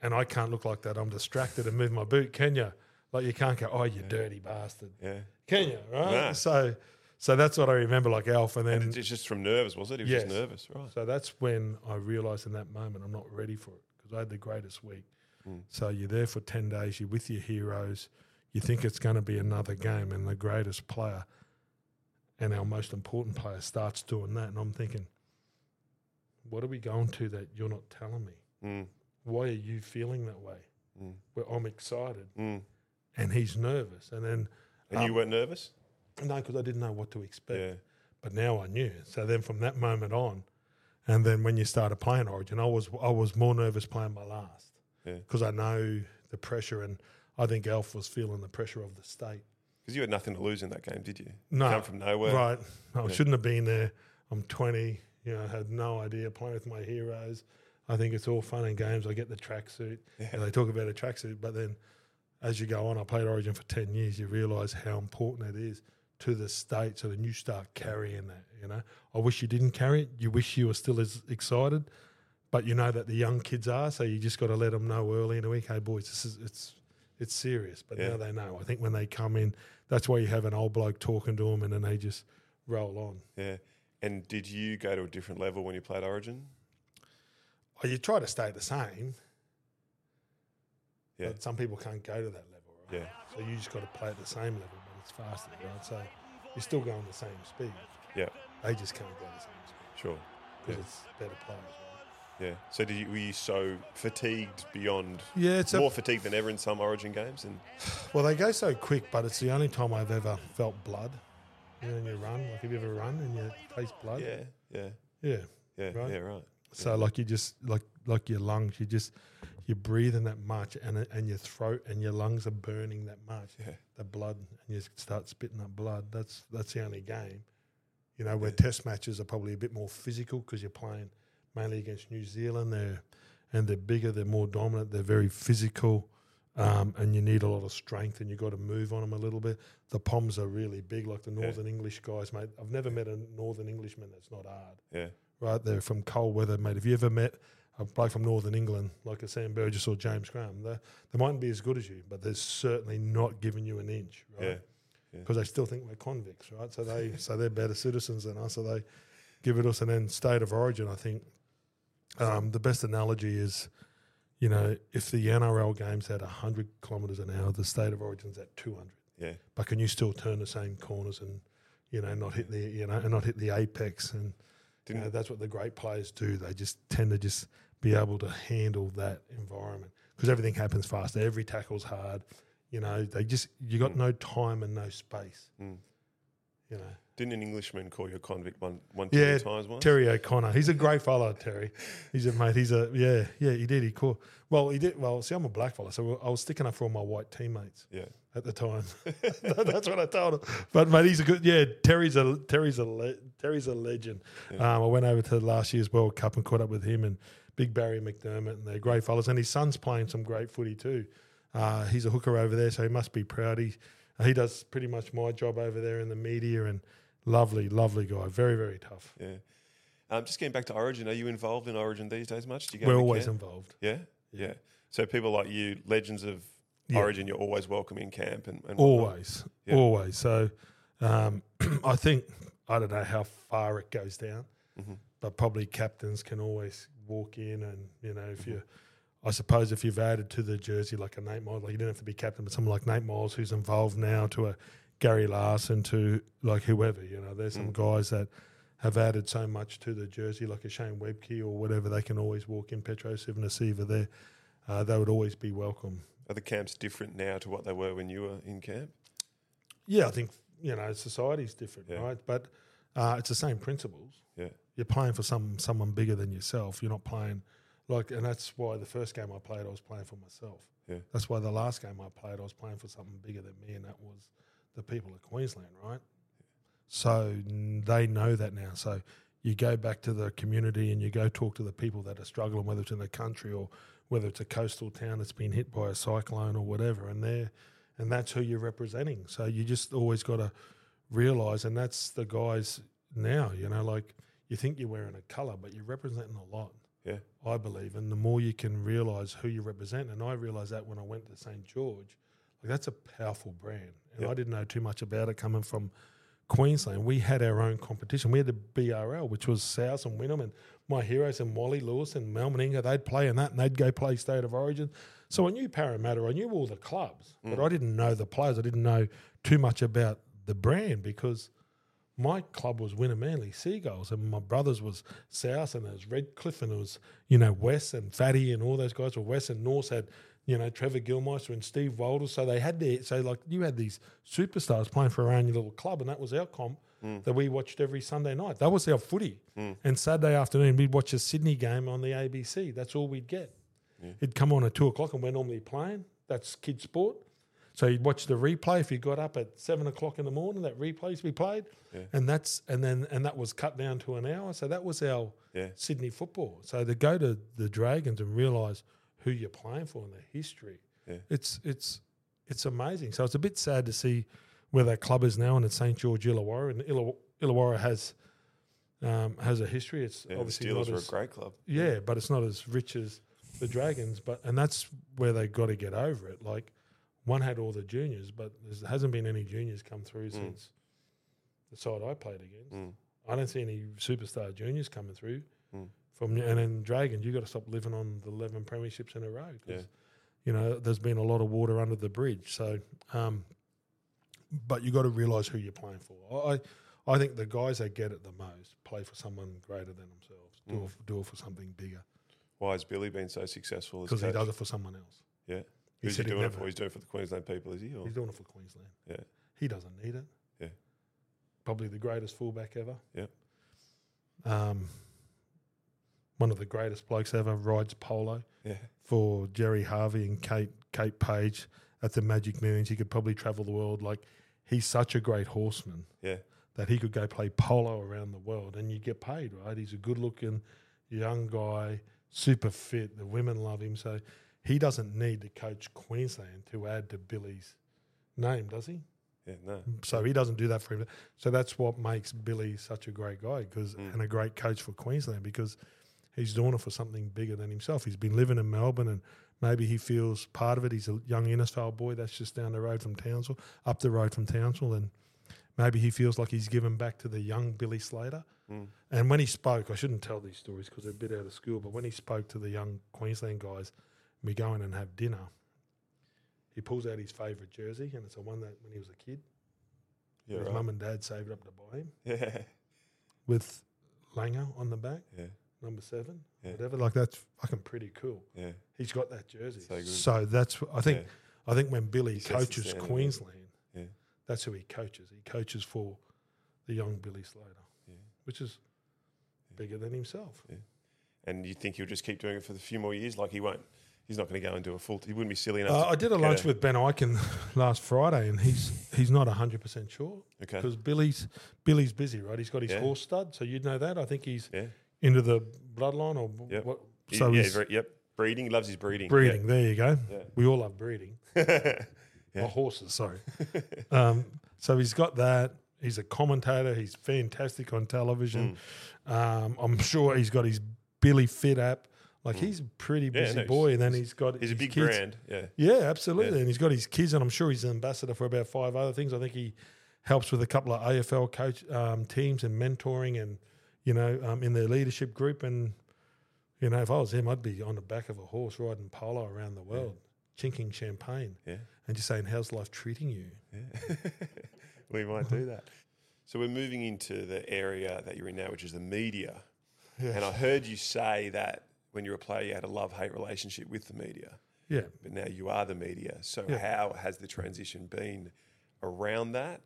[SPEAKER 2] And I can't look like that. I'm distracted and move my boot, can you? Like you can't go, oh, you dirty bastard.
[SPEAKER 1] yeah.
[SPEAKER 2] Can you? Right?
[SPEAKER 1] Nah.
[SPEAKER 2] So so that's what I remember like Alf and then
[SPEAKER 1] And it's just from nerves, was it? He was
[SPEAKER 2] Yes.
[SPEAKER 1] just nervous, right?
[SPEAKER 2] so that's when I realised in that moment I'm not ready for it because I had the greatest week.
[SPEAKER 1] Mm.
[SPEAKER 2] So you're there for 10 days, you're with your heroes, you think it's going to be another game, and the greatest player and our most important player starts doing that. And I'm thinking, what are we going to that you're not telling me?
[SPEAKER 1] Mm,
[SPEAKER 2] Why are you feeling that way?
[SPEAKER 1] Mm.
[SPEAKER 2] Well, I'm excited
[SPEAKER 1] mm.
[SPEAKER 2] and he's nervous. And then,
[SPEAKER 1] And you weren't nervous?
[SPEAKER 2] no, because I didn't know what to expect.
[SPEAKER 1] Yeah.
[SPEAKER 2] Um, But now I knew. So then from that moment on, and then when you started playing Origin, I was I was more nervous playing my last
[SPEAKER 1] Yeah.
[SPEAKER 2] because I know the pressure, and I think Alf was feeling the pressure of the state.
[SPEAKER 1] Because you had nothing to lose in that game, did you?
[SPEAKER 2] No,
[SPEAKER 1] Come from nowhere.
[SPEAKER 2] right? I shouldn't have been there. I'm 20. You know, I had no idea playing with my heroes. I think it's all fun and games. I get the tracksuit, and they talk about a tracksuit, but then as you go on, I played Origin for 10 years, you realise how important it is to the state. So then you start carrying that, you know. I wish you didn't carry it. You wish you were still as excited, but you know that the young kids are. So you just got to let them know early in the week, hey, boys, this is, it's, it's serious. But now they know. I think when they come in, that's why you have an old bloke talking to them and then they just roll on.
[SPEAKER 1] Yeah. And did you go to a different level when you played Origin?
[SPEAKER 2] Oh, you try to stay the same,
[SPEAKER 1] Yeah.
[SPEAKER 2] but some people can't go to that level, right?
[SPEAKER 1] Yeah.
[SPEAKER 2] So you just got to play at the same level, but it's faster, right? So you're still going the same speed.
[SPEAKER 1] Yeah.
[SPEAKER 2] They just can't go the same speed
[SPEAKER 1] Sure.
[SPEAKER 2] because it's better players. Right?
[SPEAKER 1] Yeah. So did you, were you so fatigued beyond?
[SPEAKER 2] Yeah, it's a-
[SPEAKER 1] more fatigued than ever in some Origin games, and
[SPEAKER 2] Well, they go so quick, but it's the only time I've ever felt blood. You know, when you run, like have you ever run and you taste blood?
[SPEAKER 1] yeah, yeah,
[SPEAKER 2] Yeah.
[SPEAKER 1] yeah,
[SPEAKER 2] Right.
[SPEAKER 1] yeah, right.
[SPEAKER 2] So like you just like like your lungs, you just you're breathing that much, and it- and your throat and your lungs are burning that much.
[SPEAKER 1] Yeah.
[SPEAKER 2] The blood, and you start spitting up blood. That's that's the only game, you know, where test matches are probably a bit more physical because you're playing mainly against New Zealand. They're and they're bigger, they're more dominant, they're very physical, um, and you need a lot of strength, and you got to move on them a little bit. The Poms are really big, like the Northern English guys, mate. I've never met a Northern Englishman that's not hard
[SPEAKER 1] Yeah,
[SPEAKER 2] right? They're from cold weather, mate. Have you ever met a bloke from Northern England, like a Sam Burgess or James Graham? They, they mightn't be as good as you, but they're certainly not giving you an inch,
[SPEAKER 1] yeah,
[SPEAKER 2] right? Because they still think we're convicts, right? So they so they're better citizens than us. So they give it us. And then state of origin, I think um, the best analogy is, you know, if the NRL game's at 100 kilometres an hour, the state of origin's at 200
[SPEAKER 1] yeah,
[SPEAKER 2] but can you still turn the same corners and you know not hit the you know and not hit the apex and you know, that's what the great players do they just tend to just be able to handle that environment because everything happens fast every tackle's hard you know they just you got no time and no space you know
[SPEAKER 1] Didn't an Englishman call you a convict one, one too
[SPEAKER 2] yeah,
[SPEAKER 1] many times once?
[SPEAKER 2] Terry O'Connor. He's a great fella, Terry. He's a mate. He's a yeah, yeah. He did. He cool. Well, he did. Well, see, I'm a black fella, so I was sticking up for all my white teammates.
[SPEAKER 1] Yeah.
[SPEAKER 2] at the time, that's what I told him. But mate, he's a good. Yeah, Terry's a Terry's a le, Terry's a legend. Um, I went over to last year's World Cup and caught up with him and Big Barry McDermott, and they're great fellas. And his son's playing some great footy too. Uh, he's a hooker over there, so he must be proud. He he does pretty much my job over there in the media and. Lovely, lovely guy. Very, very tough.
[SPEAKER 1] yeah. Um, just getting back to Origin, are you involved in Origin these days much? Do you go to
[SPEAKER 2] We're
[SPEAKER 1] the
[SPEAKER 2] always
[SPEAKER 1] camp?
[SPEAKER 2] involved.
[SPEAKER 1] Yeah? yeah, So people like you, legends of Origin, you're always welcome in camp, and, and whatnot.
[SPEAKER 2] Always, always. So um, I think I don't know how far it goes down,
[SPEAKER 1] Mm-hmm.
[SPEAKER 2] but probably captains can always walk in, and you know
[SPEAKER 1] Mm-hmm.
[SPEAKER 2] if you. I suppose if you've added to the jersey like a Nate Miles, like you don't have to be captain, but someone like Nate Miles who's involved now to a Gary Larson to like whoever, you know, there's
[SPEAKER 1] Mm.
[SPEAKER 2] some guys that have added so much to the jersey, like a Shane Webke or whatever, they can always walk in. Petro Sivanasiva there, uh, they would always be welcome.
[SPEAKER 1] Are the camps different now to what they were when you were in camp?
[SPEAKER 2] Yeah, I think you know society's different,
[SPEAKER 1] Yeah.
[SPEAKER 2] right? But Uh, it's the same principles.
[SPEAKER 1] Yeah.
[SPEAKER 2] You're playing for some someone bigger than yourself. You're not playing like, and that's why the first game I played, I was playing for myself.
[SPEAKER 1] Yeah.
[SPEAKER 2] That's why the last game I played, I was playing for something bigger than me, and that was the people of Queensland, right? So n- they know that now. So you go back to the community and you go talk to the people that are struggling, whether it's in the country or whether it's a coastal town that's been hit by a cyclone or whatever, and they're and that's who you're representing. So you just always got to realize, and that's the guys now. You know, like you think you're wearing a color, but you're representing a lot.
[SPEAKER 1] Yeah.
[SPEAKER 2] I believe, and the more you can realize who you represent, and I realized that when I went to St George, like that's a powerful brand, and I didn't know too much about it coming from Queensland. We had our own competition. We had the BRL, which was South and Wynnum, and my heroes and Wally Lewis and Melbourne Inga. They'd play in that, and they'd go play State of Origin. So I knew Parramatta, I knew all the clubs, but I didn't know the players. I didn't know too much about the brand because my club was Winner Manly Seagulls, and my brothers was South, and it was Redcliffe, and it was you know West and Fatty, and all those guys were West, and North had you know Trevor Gilmeister and Steve Walters, so they had their so like you had these superstars playing for our own little club, and that was our comp that we watched every Sunday night. That was our footy, and Saturday afternoon we'd watch a Sydney game on the ABC. That's all we'd get. It'd come on at two o'clock, and we're normally playing. That's kid sport. So you'd watch the replay if you got up at seven o'clock in the morning. That replay used to be played, and that's and then and that was cut down to an hour. So that was our
[SPEAKER 1] Yeah.
[SPEAKER 2] Sydney football. So to go to the Dragons and realise who you're playing for and the history,
[SPEAKER 1] Yeah.
[SPEAKER 2] it's it's it's amazing. So it's a bit sad to see where that club is now, and it's St George Illawarra, and Illaw- Illawarra has um, has a history. It's
[SPEAKER 1] Yeah, the
[SPEAKER 2] obviously not
[SPEAKER 1] Steelers were a
[SPEAKER 2] as,
[SPEAKER 1] great club.
[SPEAKER 2] yeah, but it's not as rich as the Dragons. But and that's where they got to get over it. Like one had all the juniors, but there hasn't been any juniors come through since the side I played against. I don't see any superstar juniors coming through from and then Dragons. You got to stop living on the eleven premierships in a row.
[SPEAKER 1] Yeah.
[SPEAKER 2] 'cause, You know, there's been a lot of water under the bridge. So, um, but you got to realise who you're playing for. I, I think the guys that get it the most play for someone greater than themselves. Do,
[SPEAKER 1] Mm.
[SPEAKER 2] it, do it for something bigger
[SPEAKER 1] Why has Billy been so successful? as
[SPEAKER 2] because he
[SPEAKER 1] coach?
[SPEAKER 2] does it for someone else.
[SPEAKER 1] Yeah.
[SPEAKER 2] He
[SPEAKER 1] Who's he
[SPEAKER 2] said he'd
[SPEAKER 1] doing it
[SPEAKER 2] never-
[SPEAKER 1] for? He's doing it for the Queensland people, is he? Or?
[SPEAKER 2] He's doing it for Queensland.
[SPEAKER 1] Yeah.
[SPEAKER 2] He doesn't need it.
[SPEAKER 1] Yeah.
[SPEAKER 2] Probably the greatest fullback ever.
[SPEAKER 1] Yep.
[SPEAKER 2] Um, one of the greatest blokes ever rides polo
[SPEAKER 1] Yeah.
[SPEAKER 2] for Jerry Harvey and Kate Kate Page at the Magic Millions. He could probably travel the world. Like he's such a great horseman
[SPEAKER 1] Yeah.
[SPEAKER 2] that he could go play polo around the world and you get paid, right? He's a good looking young guy, super fit. The women love him. So he doesn't need to coach Queensland to add to Billy's name, does he?
[SPEAKER 1] Yeah. No.
[SPEAKER 2] So he doesn't do that for him. So that's what makes Billy such a great guy because and a great coach for Queensland because he's doing it for something bigger than himself. He's been living in Melbourne and maybe he feels part of it. He's a young Innisfail boy that's just down the road from Townsville, up the road from Townsville, and maybe he feels like he's given back to the young Billy Slater. And when he spoke, I shouldn't tell these stories because they're a bit out of school, but when he spoke to the young Queensland guys, we go in and have dinner. He pulls out his favourite jersey, and it's the one that when he was a kid,
[SPEAKER 1] Yeah.
[SPEAKER 2] his
[SPEAKER 1] Right.
[SPEAKER 2] mum and dad saved up to buy him
[SPEAKER 1] Yeah.
[SPEAKER 2] with Langer on the back,
[SPEAKER 1] Yeah.
[SPEAKER 2] number seven,
[SPEAKER 1] Yeah.
[SPEAKER 2] whatever. Like that's fucking pretty cool.
[SPEAKER 1] Yeah.
[SPEAKER 2] He's got that jersey.
[SPEAKER 1] So good.
[SPEAKER 2] So that's I think
[SPEAKER 1] Yeah.
[SPEAKER 2] I think when Billy
[SPEAKER 1] He sets the
[SPEAKER 2] coaches
[SPEAKER 1] standard, doesn't he?
[SPEAKER 2] Queensland,
[SPEAKER 1] Yeah.
[SPEAKER 2] that's who he coaches. He coaches for the young Billy Slater, which is bigger than himself.
[SPEAKER 1] And you think he'll just keep doing it for a few more years? Like he won't. He's not going to go and do a full. He wouldn't be silly enough.
[SPEAKER 2] Uh,
[SPEAKER 1] to
[SPEAKER 2] I did a
[SPEAKER 1] get
[SPEAKER 2] lunch with Ben Eichen last Friday, and he's he's not hundred percent sure
[SPEAKER 1] Okay.
[SPEAKER 2] because Billy's Billy's busy, right? He's got his
[SPEAKER 1] Yeah.
[SPEAKER 2] horse stud, so you'd know that. I think he's
[SPEAKER 1] Yeah.
[SPEAKER 2] into the bloodline or b-
[SPEAKER 1] Yep.
[SPEAKER 2] what.
[SPEAKER 1] He-
[SPEAKER 2] So
[SPEAKER 1] yeah.
[SPEAKER 2] he's
[SPEAKER 1] Very, yep. Breeding. He loves his breeding.
[SPEAKER 2] breeding. There you go.
[SPEAKER 1] Yeah.
[SPEAKER 2] We all love breeding.
[SPEAKER 1] Yeah. Yeah.
[SPEAKER 2] Or horses, sorry. um, so he's got that. He's a commentator. He's fantastic on television.
[SPEAKER 1] Mm.
[SPEAKER 2] Um, I'm sure he's got his Billy Fit app. Like he's a pretty
[SPEAKER 1] Mm. Yeah,
[SPEAKER 2] busy
[SPEAKER 1] no,
[SPEAKER 2] boy. And then he's got
[SPEAKER 1] He's a
[SPEAKER 2] his
[SPEAKER 1] big
[SPEAKER 2] kids.
[SPEAKER 1] brand. Yeah.
[SPEAKER 2] Yeah, absolutely. And he's got his kids, and I'm sure he's an ambassador for about five other things. I think he helps with a couple of AFL coach um, teams and mentoring, and you know, um, in their leadership group. And you know, if I was him, I'd be on the back of a horse riding polo around the world, chinking champagne,
[SPEAKER 1] Yeah.
[SPEAKER 2] and just saying, "How's life treating you?"
[SPEAKER 1] We might do that. So we're moving into the area that you're in now, which is the media. And I heard you say that when you were a player, you had a love hate relationship with the media.
[SPEAKER 2] Yeah.
[SPEAKER 1] but now you are the media. So
[SPEAKER 2] Yeah.
[SPEAKER 1] how has the transition been around that?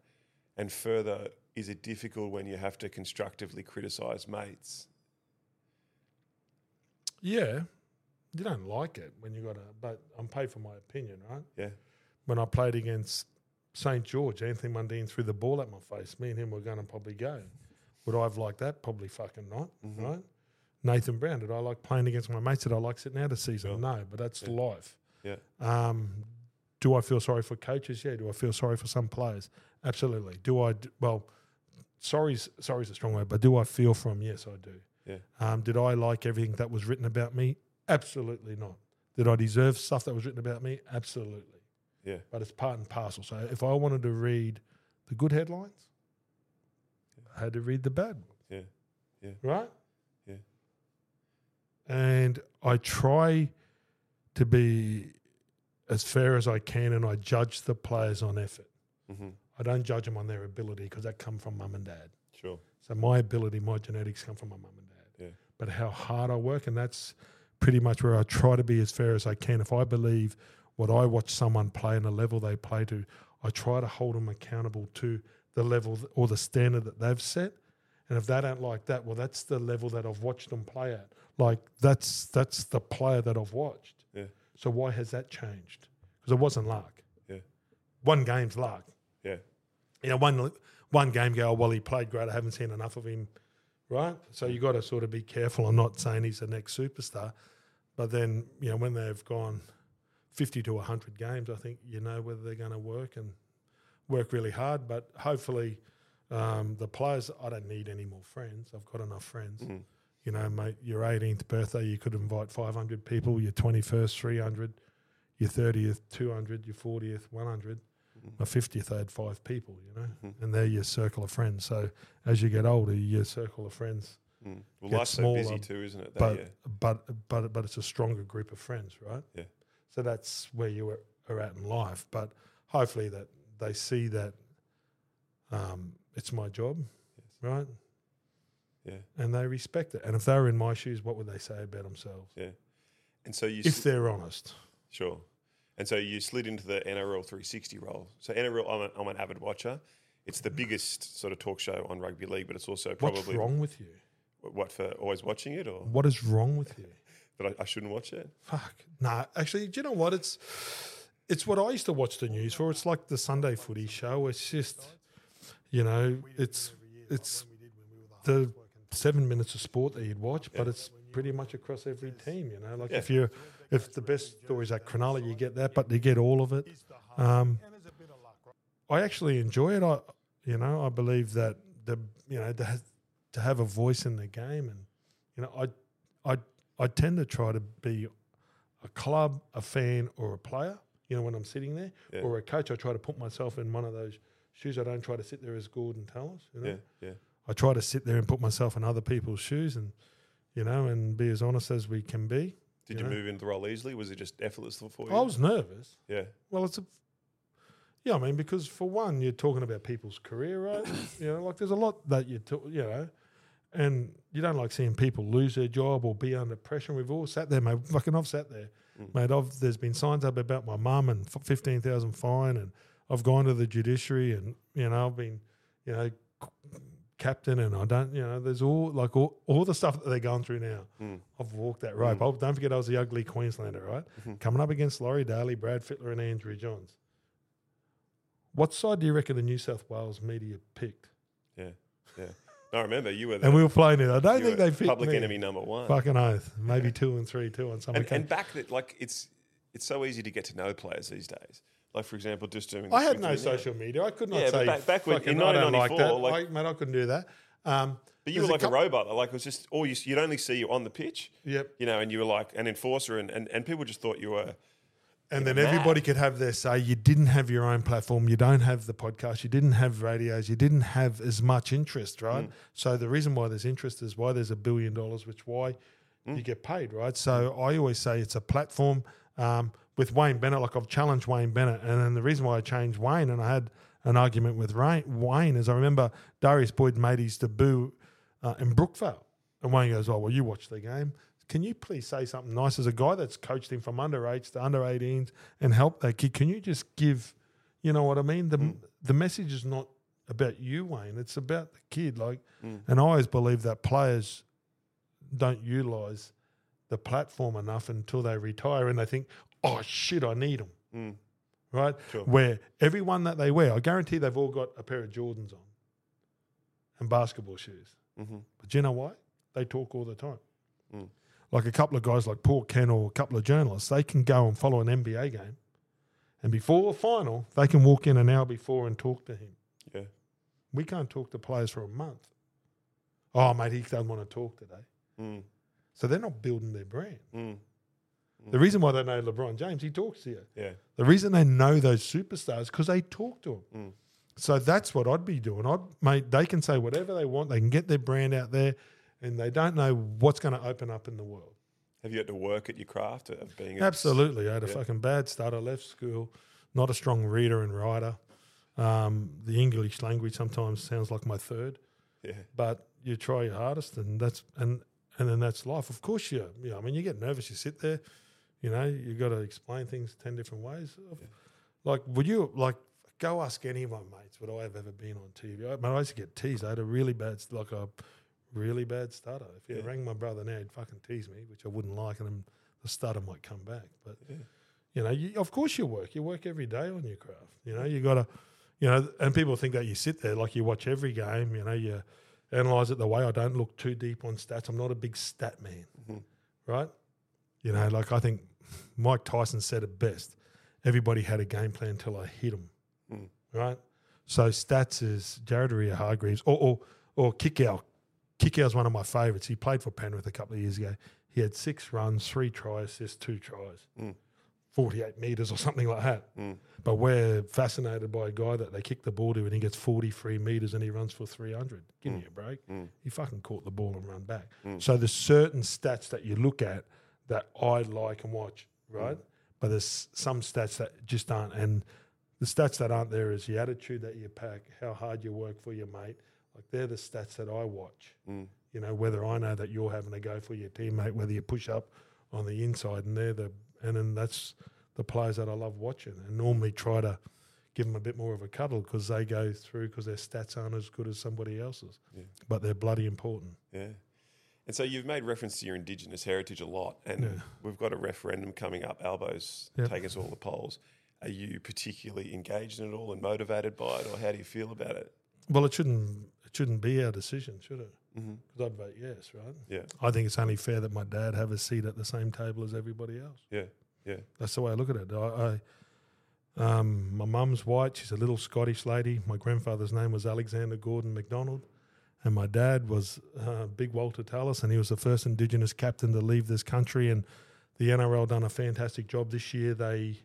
[SPEAKER 1] And further, is it difficult when you have to constructively criticise mates?
[SPEAKER 2] Yeah, you don't like it when you got to, but I'm paid for my opinion, right?
[SPEAKER 1] Yeah.
[SPEAKER 2] When I played against St George, Anthony Mundine threw the ball at my face. Me and him were going to probably go. Would I have liked that? Probably fucking not,
[SPEAKER 1] Mm-hmm.
[SPEAKER 2] right? Nathan Brown, did I like playing against my mates? Did I like sitting out a season? No, but that's life.
[SPEAKER 1] Yeah.
[SPEAKER 2] Um, do I feel sorry for coaches? Yeah. Do I feel sorry for some players? Absolutely. Do I? d- Well, sorry's sorry's a strong word, but do I feel for them? Yes, I do.
[SPEAKER 1] Yeah.
[SPEAKER 2] Um, did I like everything that was written about me? Absolutely not. Did I deserve stuff that was written about me? Absolutely.
[SPEAKER 1] Yeah.
[SPEAKER 2] But it's part and parcel. So if I wanted to read the good headlines, I had to read the bad ones
[SPEAKER 1] Yeah.
[SPEAKER 2] right?
[SPEAKER 1] Yeah.
[SPEAKER 2] And I try to be as fair as I can, and I judge the players on effort.
[SPEAKER 1] hmm
[SPEAKER 2] I don't judge them on their ability because that come from mum and dad.
[SPEAKER 1] Sure.
[SPEAKER 2] So my ability, my genetics come from my mum and dad.
[SPEAKER 1] Yeah.
[SPEAKER 2] But how hard I work, and that's pretty much where I try to be as fair as I can. If I believe what I watch someone play and the level they play to, I try to hold them accountable to the level th- or the standard that they've set. And if they don't like that, well, that's the level that I've watched them play at. Like that's that's the player that I've watched.
[SPEAKER 1] Yeah.
[SPEAKER 2] So why has that changed? Because it wasn't luck.
[SPEAKER 1] Yeah.
[SPEAKER 2] One game's luck
[SPEAKER 1] Yeah.
[SPEAKER 2] you know, one one game go, oh, well, he played great. I haven't seen enough of him, right? So you got to sort of be careful. I'm not saying he's the next superstar, but then you know when they've gone fifty to hundred games, I think you know whether they're going to work and work really hard. But hopefully, um, the players. I don't need any more friends. I've got enough friends. You know, mate, your 18th birthday, you could invite 500 people. Your 21st, 300. Your 30th, 200. Your 40th, 100 my 50th, I had five people, you know,
[SPEAKER 1] Mm-hmm.
[SPEAKER 2] and they're your circle of friends. So as you get older, your circle of friends,
[SPEAKER 1] Mm. Well,
[SPEAKER 2] Get
[SPEAKER 1] life's so
[SPEAKER 2] smaller,
[SPEAKER 1] busy too, isn't it? That
[SPEAKER 2] but
[SPEAKER 1] year?
[SPEAKER 2] but but but it's a stronger group of friends, right?
[SPEAKER 1] Yeah.
[SPEAKER 2] So that's where you are, are at in life. But hopefully that they see that um, it's my job, right?
[SPEAKER 1] Yeah.
[SPEAKER 2] And they respect it. And if they were in my shoes, what would they say about themselves?
[SPEAKER 1] Yeah. And so you
[SPEAKER 2] If they're honest,
[SPEAKER 1] Sure. And so you slid into the NRL 360 role. So NRL, I'm, a, I'm an avid watcher. It's the biggest sort of talk show on rugby league, but it's also
[SPEAKER 2] what's
[SPEAKER 1] probably
[SPEAKER 2] wrong with you?
[SPEAKER 1] what for always watching it or
[SPEAKER 2] What is wrong with you?
[SPEAKER 1] that I, I shouldn't watch it.
[SPEAKER 2] Fuck. Nah, actually, do you know what? It's it's what I used to watch the news for. It's like the Sunday footy show. It's just you know, it's it's the seven minutes of sport that you'd watch, but it's pretty much across every team, you know. Like if you if the best story's at Cronulla, you get that, but you get all of it. Um, I actually enjoy it. I you know, I believe that the you know, to, ha- to have a voice in the game and you know, I I I tend to try to be a club, a fan, or a player. You know, when I'm sitting there,
[SPEAKER 1] Yeah.
[SPEAKER 2] or a coach, I try to put myself in one of those shoes. I don't try to sit there as Gordon Tallis. You know,
[SPEAKER 1] Yeah, yeah,
[SPEAKER 2] I try to sit there and put myself in other people's shoes, and you know, and be as honest as we can be.
[SPEAKER 1] Did you,
[SPEAKER 2] You know?
[SPEAKER 1] move into the role easily? Was it just effortless for you?
[SPEAKER 2] I was nervous.
[SPEAKER 1] yeah,
[SPEAKER 2] Well, it's a yeah. I mean, because for one, you're talking about people's career, right? you know, like there's a lot that you talk, you know, and you don't like seeing people lose their job or be under pressure. We've all sat there, mate. Fucking, I've sat there, mate. I've there's been signs up about my mum and f- fifteen thousand fine, and I've gone to the judiciary, and you know, I've been, you know. c- Captain and I don't, you know, there's all like all, all the stuff that they're going through now.
[SPEAKER 1] Mm.
[SPEAKER 2] I've walked that rope. Oh, don't forget, I was the ugly Queenslander, right?
[SPEAKER 1] Mm-hmm.
[SPEAKER 2] Coming up against Laurie Daly, Brad Fittler, and Andrew Johns. What side do you reckon the New South Wales media picked?
[SPEAKER 1] yeah, yeah. No, I remember you were the
[SPEAKER 2] And we were playing it. I don't
[SPEAKER 1] you
[SPEAKER 2] think
[SPEAKER 1] were
[SPEAKER 2] they picked
[SPEAKER 1] public
[SPEAKER 2] me.
[SPEAKER 1] enemy number one.
[SPEAKER 2] Fucking oath. Maybe two and three, two on some
[SPEAKER 1] and,
[SPEAKER 2] occasion.
[SPEAKER 1] and back that like it's it's so easy to get to know players these days. Like for example, just doing. this
[SPEAKER 2] I had
[SPEAKER 1] with
[SPEAKER 2] no
[SPEAKER 1] you now.
[SPEAKER 2] social media. I could not
[SPEAKER 1] Yeah, but
[SPEAKER 2] say
[SPEAKER 1] back- back when-
[SPEAKER 2] fucking,
[SPEAKER 1] in
[SPEAKER 2] I don't like that.
[SPEAKER 1] 1994, like-
[SPEAKER 2] I, mate, I couldn't do that. Um,
[SPEAKER 1] But you
[SPEAKER 2] there's
[SPEAKER 1] were like a,
[SPEAKER 2] couple-
[SPEAKER 1] robot. Like it was just all you. You'd only see you on the pitch.
[SPEAKER 2] Yep.
[SPEAKER 1] You know, and you were like an enforcer, and, and, and people just thought you were.
[SPEAKER 2] And then
[SPEAKER 1] mad.
[SPEAKER 2] everybody could have their say. You didn't have your own platform. You don't have the podcast. You didn't have radios. You didn't have as much interest, right? So the reason why there's interest is why there's a billion dollars, which why you get paid, right? So I always say it's a platform. Um, with Wayne Bennett, like I've challenged Wayne Bennett, and then the reason why I changed Wayne and I had an argument with Rain, Wayne is I remember Darius Boyd made his debut uh, in Brookvale. And Wayne goes, Oh, well, you watch the game. Can you please say something nice as a guy that's coached him from underage to under 18s and helped that kid? Can you just give, you know what I mean? The, the message is not about you, Wayne. It's about the kid. Like, and I always believe that players don't utilize the platform enough until they retire and they think, oh shit, I need them. Right? Where everyone that they wear, I guarantee they've all got a pair of Jordans on and basketball shoes. But do you know why? They talk all the time.
[SPEAKER 1] Mm.
[SPEAKER 2] Like a couple of guys like Paul Ken or a couple of journalists, they can go and follow an NBA game. And before the final, they can walk in an hour before and talk to him.
[SPEAKER 1] Yeah.
[SPEAKER 2] We can't talk to players for a month. Oh, mate, he doesn't want to talk today.
[SPEAKER 1] Mm.
[SPEAKER 2] So they're not building their brand.
[SPEAKER 1] Mm.
[SPEAKER 2] The reason why they know LeBron James, he talks to you.
[SPEAKER 1] Yeah.
[SPEAKER 2] The reason they know those superstars because they talk to them. So that's what I'd be doing. I'd mate, they can say whatever they want. They can get their brand out there, and they don't know what's going to open up in the world.
[SPEAKER 1] Have you had to work at your craft of being a-
[SPEAKER 2] Absolutely, I had a fucking bad start. I left school, not a strong reader and writer. Um, the English language sometimes sounds like my third,
[SPEAKER 1] Yeah.
[SPEAKER 2] but you try your hardest, and that's and and then that's life. Of course, you. You know, I mean, you get nervous. You sit there. You know, you got to explain things ten different ways. Like, would you like go ask anyone, mates? Would I have ever been on TV? I, man, I used to get teased. I had a really bad, like a really bad stutter. If you rang my brother now, he'd fucking tease me, which I wouldn't like, and then the stutter might come back. But you know, you, of course you work. You work every day on your craft. You know, you got to, you know, and people think that you sit there like you watch every game. You know, you analyze it the way I don't look too deep on stats. I'm not a big stat man, right? You know, like I think Mike Tyson said it best. Everybody had a game plan until I hit them, right? So stats is Jared Ria Hargreaves or or, or kick out. Kick out's one of my favourites. He played for Penrith a couple of years ago. He had six runs, three try assists, two tries. 48 meters or something like that. But we're fascinated by a guy that they kick the ball to and he gets 43 meters and he runs for 300. Give me a break. He fucking caught the ball and run back. So there's certain stats that you look at that I like and watch, right? But there's some stats that just aren't. And the stats that aren't there is the attitude that you pack, how hard you work for your mate. Like they're the stats that I watch. You know, whether I know that you're having a go for your teammate, whether you push up on the inside, and they're the and then that's the players that I love watching, and normally try to give them a bit more of a cuddle because they go through because their stats aren't as good as somebody else's, but they're bloody important.
[SPEAKER 1] Yeah. And so you've made reference to your Indigenous heritage a lot, and we've got a referendum coming up. Albo's
[SPEAKER 2] Yep.
[SPEAKER 1] taking us all the polls. Are you particularly engaged in it all and motivated by it, or how do you feel about it?
[SPEAKER 2] Well, it shouldn't it shouldn't be our decision, should it? Because I'd vote yes, right?
[SPEAKER 1] Yeah,
[SPEAKER 2] I think it's only fair that my dad have a seat at the same table as everybody else.
[SPEAKER 1] yeah, yeah,
[SPEAKER 2] That's the way I look at it. I, I um, my mum's white. She's a little Scottish lady. My grandfather's name was Alexander Gordon MacDonald, and my dad was uh, Big Walter Tallis, and he was the first Indigenous captain to leave this country. And the NRL done a fantastic job this year. They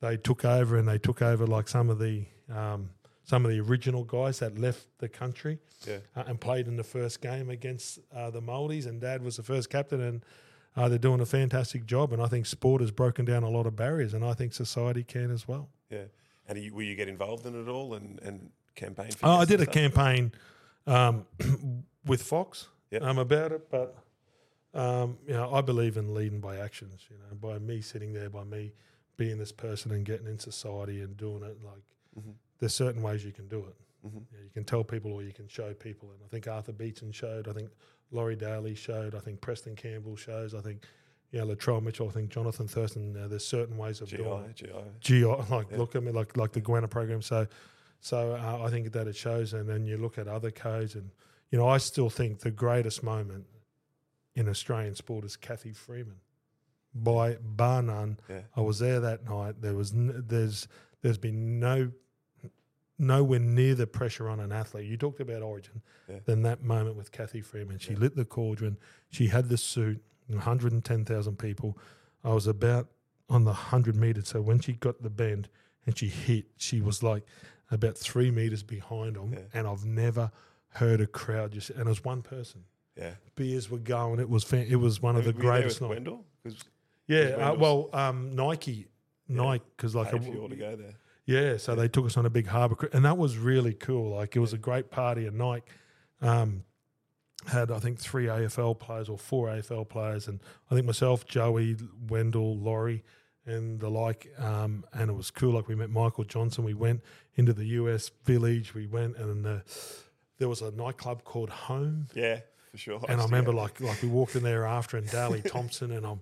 [SPEAKER 2] they took over and they took over like some of the um, some of the original guys that left the country
[SPEAKER 1] Yeah.
[SPEAKER 2] uh, and played in the first game against uh, the Maldives. And Dad was the first captain, and uh, they're doing a fantastic job. And I think sport has broken down a lot of barriers, and I think society can as well.
[SPEAKER 1] yeah. And are you, will you get involved in it all and, and campaign for
[SPEAKER 2] Oh,
[SPEAKER 1] yes
[SPEAKER 2] I
[SPEAKER 1] and
[SPEAKER 2] did a
[SPEAKER 1] stuff?
[SPEAKER 2] campaign um, with Fox
[SPEAKER 1] Yep.
[SPEAKER 2] um, about it, but um, you know, I believe in leading by actions. You know, by me sitting there, by me being this person and getting in society and doing it. Like, there's certain ways you can do it. You, know, you can tell people or you can show people. And I think Arthur Beaton showed. I think Laurie Daly showed. I think Preston Campbell shows. I think. Yeah, Latrell Mitchell. I think Jonathan Thurston. Uh, there's certain ways of doing it.
[SPEAKER 1] GI, GI.
[SPEAKER 2] GI, like look at me, like like the Gwenna program. So, so uh, I think that it shows, and then you look at other codes, and you know I still think the greatest moment in Australian sport is Kathy Freeman, by bar none.
[SPEAKER 1] Yeah.
[SPEAKER 2] I was there that night. There was n- there's there's been no nowhere near the pressure on an athlete. You talked about origin, than that moment with Kathy Freeman. She lit the cauldron. She had the suit. 110,000 people. I was about on the 100 meters. So when she got the bend and she hit, she was like about three meters behind them. And I've never heard a crowd just. And it was one person.
[SPEAKER 1] Yeah.
[SPEAKER 2] Beers were going. It was fan, it was one of the
[SPEAKER 1] Were you there
[SPEAKER 2] greatest
[SPEAKER 1] with
[SPEAKER 2] nights.
[SPEAKER 1] Wendell? 'Cause
[SPEAKER 2] Yeah, uh,
[SPEAKER 1] Wendell's?
[SPEAKER 2] well, um, Nike, Nike, because like
[SPEAKER 1] paid
[SPEAKER 2] a-
[SPEAKER 1] for you all to go there.
[SPEAKER 2] yeah, so they took us on a big harbour cruise, and that was really cool. Like it was a great party, and Nike um, had I think three AFL players or four AFL players, and I think myself, Joey, Wendell, Laurie, and the like. Um, and it was cool. Like we met Michael Johnson. We went into the US village. We went and uh, there was a nightclub called Home.
[SPEAKER 1] Yeah, for sure.
[SPEAKER 2] And I
[SPEAKER 1] used to
[SPEAKER 2] remember
[SPEAKER 1] go.
[SPEAKER 2] like like we walked in there after and Daly Thompson and I'm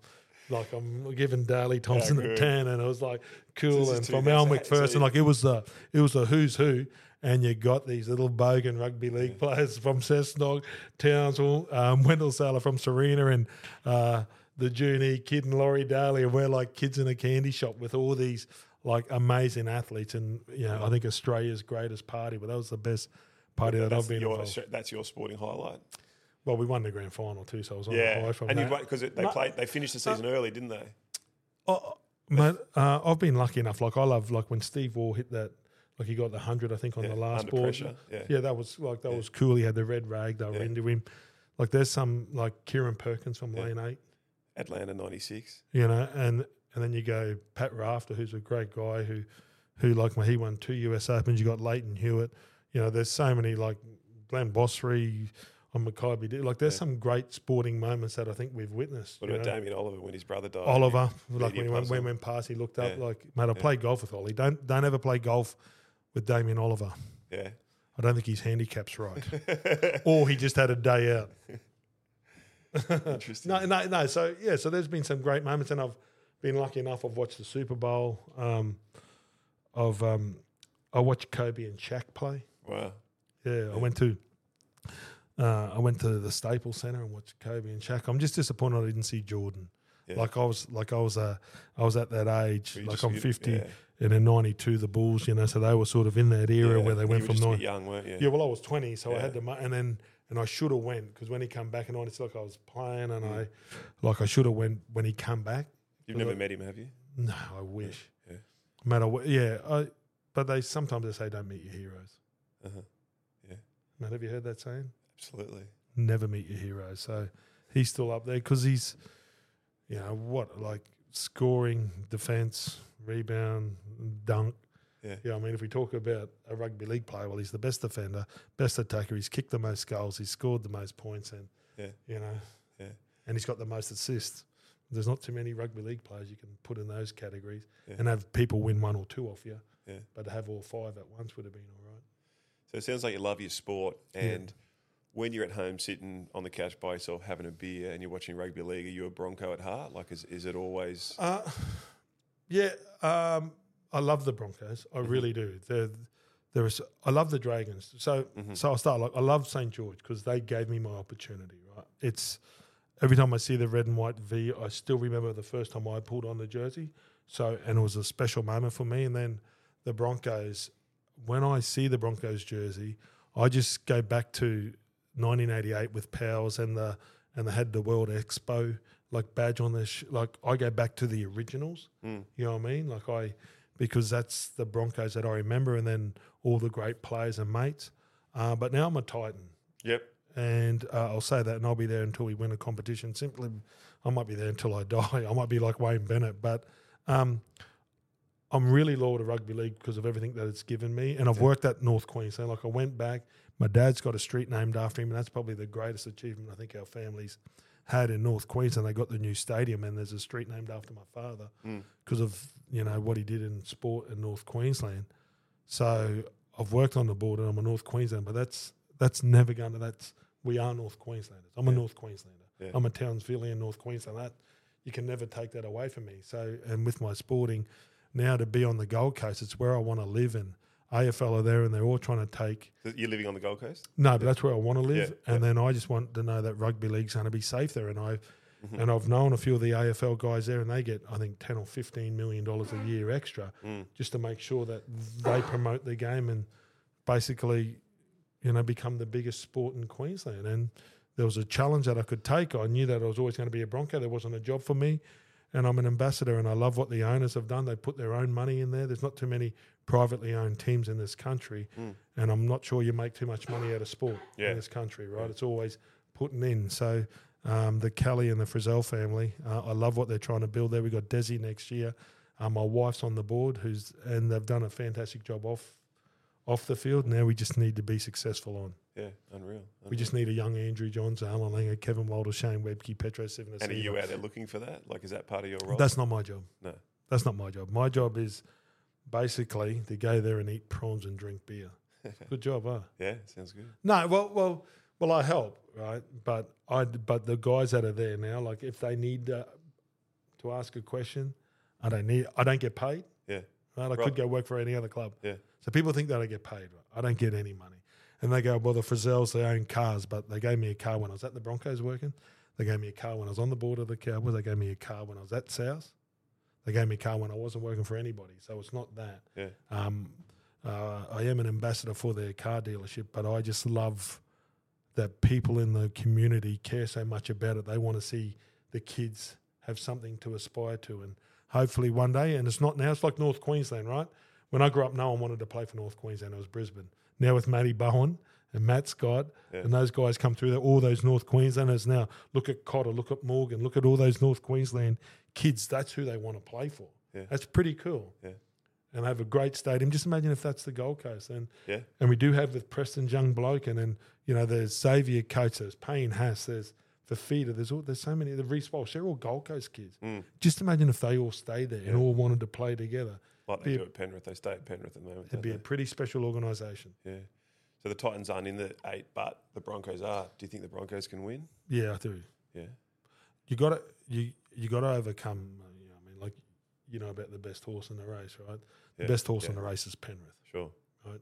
[SPEAKER 2] like I'm giving Daly Thompson a
[SPEAKER 1] good.
[SPEAKER 2] ten and it was like cool
[SPEAKER 1] is
[SPEAKER 2] and
[SPEAKER 1] two
[SPEAKER 2] from Al
[SPEAKER 1] thousand eight, so
[SPEAKER 2] McPherson
[SPEAKER 1] you-
[SPEAKER 2] like it was the it was the who's who and you got these little bogan rugby league players from Cessnock, Townsville, um, Wendell Saylor from Serena and uh, the Junie kid and Laurie Daly and we're like kids in a candy shop with all these like amazing athletes and you know I think Australia's greatest party but that was the best party that I've
[SPEAKER 1] that's
[SPEAKER 2] been
[SPEAKER 1] your,
[SPEAKER 2] involved.
[SPEAKER 1] that's your sporting highlight.
[SPEAKER 2] Well, we won the grand final too, so I was on the
[SPEAKER 1] Yeah,
[SPEAKER 2] high from
[SPEAKER 1] and you
[SPEAKER 2] that.
[SPEAKER 1] because they played, they finished the season early, didn't they?
[SPEAKER 2] Oh, mate, uh, I've been lucky enough. Like I love like when Steve Waugh hit that, like he got the hundred, I think, on
[SPEAKER 1] Yeah,
[SPEAKER 2] the last
[SPEAKER 1] under
[SPEAKER 2] ball.
[SPEAKER 1] pressure, yeah.
[SPEAKER 2] that was like that was cool. He had the red rag. They were into him. Like there's some like Kieran Perkins from Lane Eight,
[SPEAKER 1] Atlanta '96.
[SPEAKER 2] you know, and and then you go Pat Rafter, who's a great guy who, who like when he won two U.S. Opens. You got Leighton Hewitt. You know, there's so many like Glenn Bossery on Maccabi. Dee. Like there's some great sporting moments that I think we've witnessed.
[SPEAKER 1] What
[SPEAKER 2] you
[SPEAKER 1] about
[SPEAKER 2] know?
[SPEAKER 1] Damien Oliver when his brother died?
[SPEAKER 2] Oliver, like when
[SPEAKER 1] media
[SPEAKER 2] he went, when
[SPEAKER 1] puzzle.
[SPEAKER 2] he went past, he looked up
[SPEAKER 1] Yeah.
[SPEAKER 2] like, mate, I played golf with Ollie. Don't don't ever play golf with Damien Oliver.
[SPEAKER 1] Yeah,
[SPEAKER 2] I don't think his handicap's right, or he just had a day out.
[SPEAKER 1] interesting.
[SPEAKER 2] No, no, no. So yeah, so there's been some great moments, and I've been lucky enough. I've watched the Super Bowl. Um, of um, I watched Kobe and Shaq play.
[SPEAKER 1] Wow.
[SPEAKER 2] Yeah, I went to uh, I went to the Staples Center and watched Kobe and Shaq. I'm just disappointed I didn't see Jordan. Like I was like I was uh, I was at that age.
[SPEAKER 1] you
[SPEAKER 2] like
[SPEAKER 1] just-
[SPEAKER 2] I'm
[SPEAKER 1] you-
[SPEAKER 2] 50
[SPEAKER 1] yeah.
[SPEAKER 2] and in '92 the Bulls, you know, so they were sort of in that era
[SPEAKER 1] Yeah,
[SPEAKER 2] where they
[SPEAKER 1] you
[SPEAKER 2] went
[SPEAKER 1] were
[SPEAKER 2] from
[SPEAKER 1] just a bit
[SPEAKER 2] nine.
[SPEAKER 1] young, weren't you?
[SPEAKER 2] Yeah, well, I was 20, so I
[SPEAKER 1] Yeah.
[SPEAKER 2] had to, mo- and then and I should have went because when he come back in '92, like I was playing and
[SPEAKER 1] Mm.
[SPEAKER 2] I, like I should have went when he come back.
[SPEAKER 1] You've never met him, have you?
[SPEAKER 2] No, I wish. Yeah. Matter what, yeah. I, but they sometimes they say don't meet your heroes.
[SPEAKER 1] Uh-huh. Yeah.
[SPEAKER 2] Matt, have you heard that saying?
[SPEAKER 1] Absolutely.
[SPEAKER 2] never meet your hero. So he's still up there because he's, you know, what like scoring, defense, rebound, dunk.
[SPEAKER 1] Yeah.
[SPEAKER 2] yeah. I mean, if we talk about a rugby league player, well, he's the best defender, best attacker. He's kicked the most goals. He's scored the most points, and
[SPEAKER 1] Yeah.
[SPEAKER 2] you know,
[SPEAKER 1] Yeah.
[SPEAKER 2] and he's got the most assists. There's not too many rugby league players you can put in those categories and have people win one or two off you.
[SPEAKER 1] Yeah.
[SPEAKER 2] But to have all five at once would have been all right.
[SPEAKER 1] So it sounds like you love your sport, and when you're at home sitting on the couch by yourself having a beer and you're watching rugby league, are you a Bronco at heart? Like, is is it always?
[SPEAKER 2] Uh, yeah, um, I love the Broncos. I really do. They're, there is, I love the Dragons. So, so I'll start. Like, I love St George because they gave me my opportunity. Right, it's every time I see the red and white V, I still remember the first time I pulled on the jersey. So, and it was a special moment for me. And then the Broncos. When I see the Broncos jersey, I just go back to 1988 with Powers and the and they had the World Expo like badge on their sh- like I go back to the originals. You know what I mean? Like I because that's the Broncos that I remember, and then all the great players and mates. Uh, but now I'm a Titan
[SPEAKER 1] Yep.
[SPEAKER 2] and uh, I'll say that, and I'll be there until we win a competition. Simply, I might be there until I die. I might be like Wayne Bennett, but um, I'm really loyal to rugby league because of everything that it's given me. And I've worked at North Queensland. Like I went back, my dad's got a street named after him, and that's probably the greatest achievement I think our families had in North Queensland. They got the new stadium, and there's a street named after my father because of you know what he did in sport in North Queensland. So I've worked on the board and I'm a North Queensland, but that's that's never going to that's we are North Queenslanders. I'm a North Queenslander. I'm a Townsvillian North Queensland. That you can never take that away from me. So and with my sporting now to be on the Gold Coast, it's where I want to live and AFL are there and they're all trying to take
[SPEAKER 1] So You're living on the Gold Coast.
[SPEAKER 2] no, but that's where I want to live.
[SPEAKER 1] Yeah,
[SPEAKER 2] and then I just want to know that rugby league's going to be safe there. And I've
[SPEAKER 1] Mm-hmm.
[SPEAKER 2] and I've known a few of the AFL guys there, and they get I think ten or fifteen million dollars a year extra
[SPEAKER 1] Mm.
[SPEAKER 2] just to make sure that they promote the game and basically, you know, become the biggest sport in Queensland. And there was a challenge that I could take. I knew that I was always going to be a Bronco. There wasn't a job for me. And I'm an ambassador, and I love what the owners have done. They put their own money in there. There's not too many privately owned teams in this country, and I'm not sure you make too much money out of sport
[SPEAKER 1] Hmm. Yeah.
[SPEAKER 2] in this country, right? It's always putting in. So um, the Kelly and the Frizzell family, uh, I love what they're trying to build there. We got Desi next year. Uh, my wife's on the board, who's and they've done a fantastic job off off the field. Now we just need to be successful on.
[SPEAKER 1] Yeah, unreal.
[SPEAKER 2] We just need a young Andrew Johns, Alan Langer, Kevin Wilder, Shane Webke, Petro Seven.
[SPEAKER 1] And are you out there looking for that? Like, is that part of your role?
[SPEAKER 2] That's not my job.
[SPEAKER 1] no.
[SPEAKER 2] That's not my job. My job is basically to go there and eat prawns and drink beer. Good job, huh?
[SPEAKER 1] Yeah, sounds good.
[SPEAKER 2] No, well, well, well, I help, right? But I, but the guys that are there now, like if they need uh, to ask a question, I don't need, I don't get paid.
[SPEAKER 1] Yeah,
[SPEAKER 2] Right? I
[SPEAKER 1] Right.
[SPEAKER 2] could go work for any other club.
[SPEAKER 1] yeah,
[SPEAKER 2] So people think that I get paid. I don't get any money. And they go, well, the Frizzels, they own cars, but they gave me a car when I was at the Broncos working. They gave me a car when I was on the board of the Cowboys. They gave me a car when I was at South. They gave me a car when I wasn't working for anybody. So it's not that.
[SPEAKER 1] yeah,
[SPEAKER 2] Um, uh, I am an ambassador for their car dealership, but I just love that people in the community care so much about it. They want to see the kids have something to aspire to, and hopefully one day. And it's not now; it's like North Queensland, right? When I grew up, no one wanted to play for North Queensland. It was Brisbane. Now with Matty Bowen and Matt Scott
[SPEAKER 1] Yeah.
[SPEAKER 2] and those guys come through, there, all those North Queenslanders now. Look at Cotter, look at Morgan, look at all those North Queensland kids. That's who they want to play for.
[SPEAKER 1] Yeah.
[SPEAKER 2] That's pretty cool
[SPEAKER 1] yeah,
[SPEAKER 2] and have a great stadium. Just imagine if that's the Gold Coast, and
[SPEAKER 1] yeah,
[SPEAKER 2] and we do have with Preston young bloke, and then you know there's Xavier Coates, there's Payne Haas, there's Fafita, there's all there's so many. The Reese Walsh, they're all Gold Coast kids.
[SPEAKER 1] Hmm.
[SPEAKER 2] Just imagine if they all stayed there and all wanted to play together.
[SPEAKER 1] like they
[SPEAKER 2] Be a-
[SPEAKER 1] do at Penrith. They stay at Penrith at the moment.
[SPEAKER 2] It'd
[SPEAKER 1] don't
[SPEAKER 2] be a
[SPEAKER 1] they?
[SPEAKER 2] pretty special organisation.
[SPEAKER 1] yeah. So the Titans aren't in the eight, but the Broncos are. Do you think the Broncos can win?
[SPEAKER 2] Yeah, I do.
[SPEAKER 1] Yeah,
[SPEAKER 2] You got to you you got to overcome. uh, You know, I mean, like you know about the best horse in the race, right? The
[SPEAKER 1] Yeah,
[SPEAKER 2] best horse
[SPEAKER 1] yeah.
[SPEAKER 2] in the race is Penrith.
[SPEAKER 1] sure.
[SPEAKER 2] right?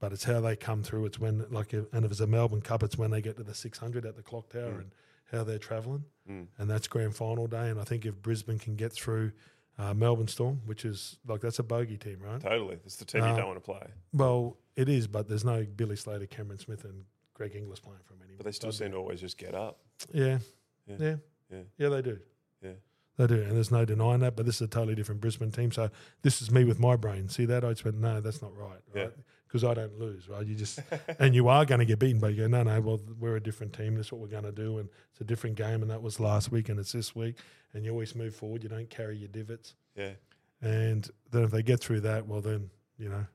[SPEAKER 2] But it's how they come through. It's when, like, if- and if it's a Melbourne Cup, it's when they get to the 600 at the clock tower
[SPEAKER 1] Mm.
[SPEAKER 2] and how they're travelling. And that's grand final day. And I think if Brisbane can get through uh, Melbourne Storm, which is like, that's a bogey team, right?
[SPEAKER 1] Totally. It's the team you
[SPEAKER 2] Uh,
[SPEAKER 1] don't want to play,
[SPEAKER 2] Well, it is, but there's no Billy Slater, Cameron Smith, and Greg Inglis playing for them anymore.
[SPEAKER 1] but they still seem to always just get up.
[SPEAKER 2] Yeah.
[SPEAKER 1] Yeah.
[SPEAKER 2] Yeah. Yeah.
[SPEAKER 1] Yeah.
[SPEAKER 2] they do.
[SPEAKER 1] Yeah.
[SPEAKER 2] They do. And there's no denying that. But this is a totally different Brisbane team. So this is me with my brain. See that? I just went, no, that's not right.
[SPEAKER 1] Yeah.
[SPEAKER 2] Right. Because I don't lose, right? You just, and you are going to get beaten, but you go, no, no, well, we're a different team. That's what we're going to do. And it's a different game. And that was last week and it's this week. And you always move forward. You don't carry your divots.
[SPEAKER 1] Yeah,
[SPEAKER 2] And then if they get through that, well, then, you know,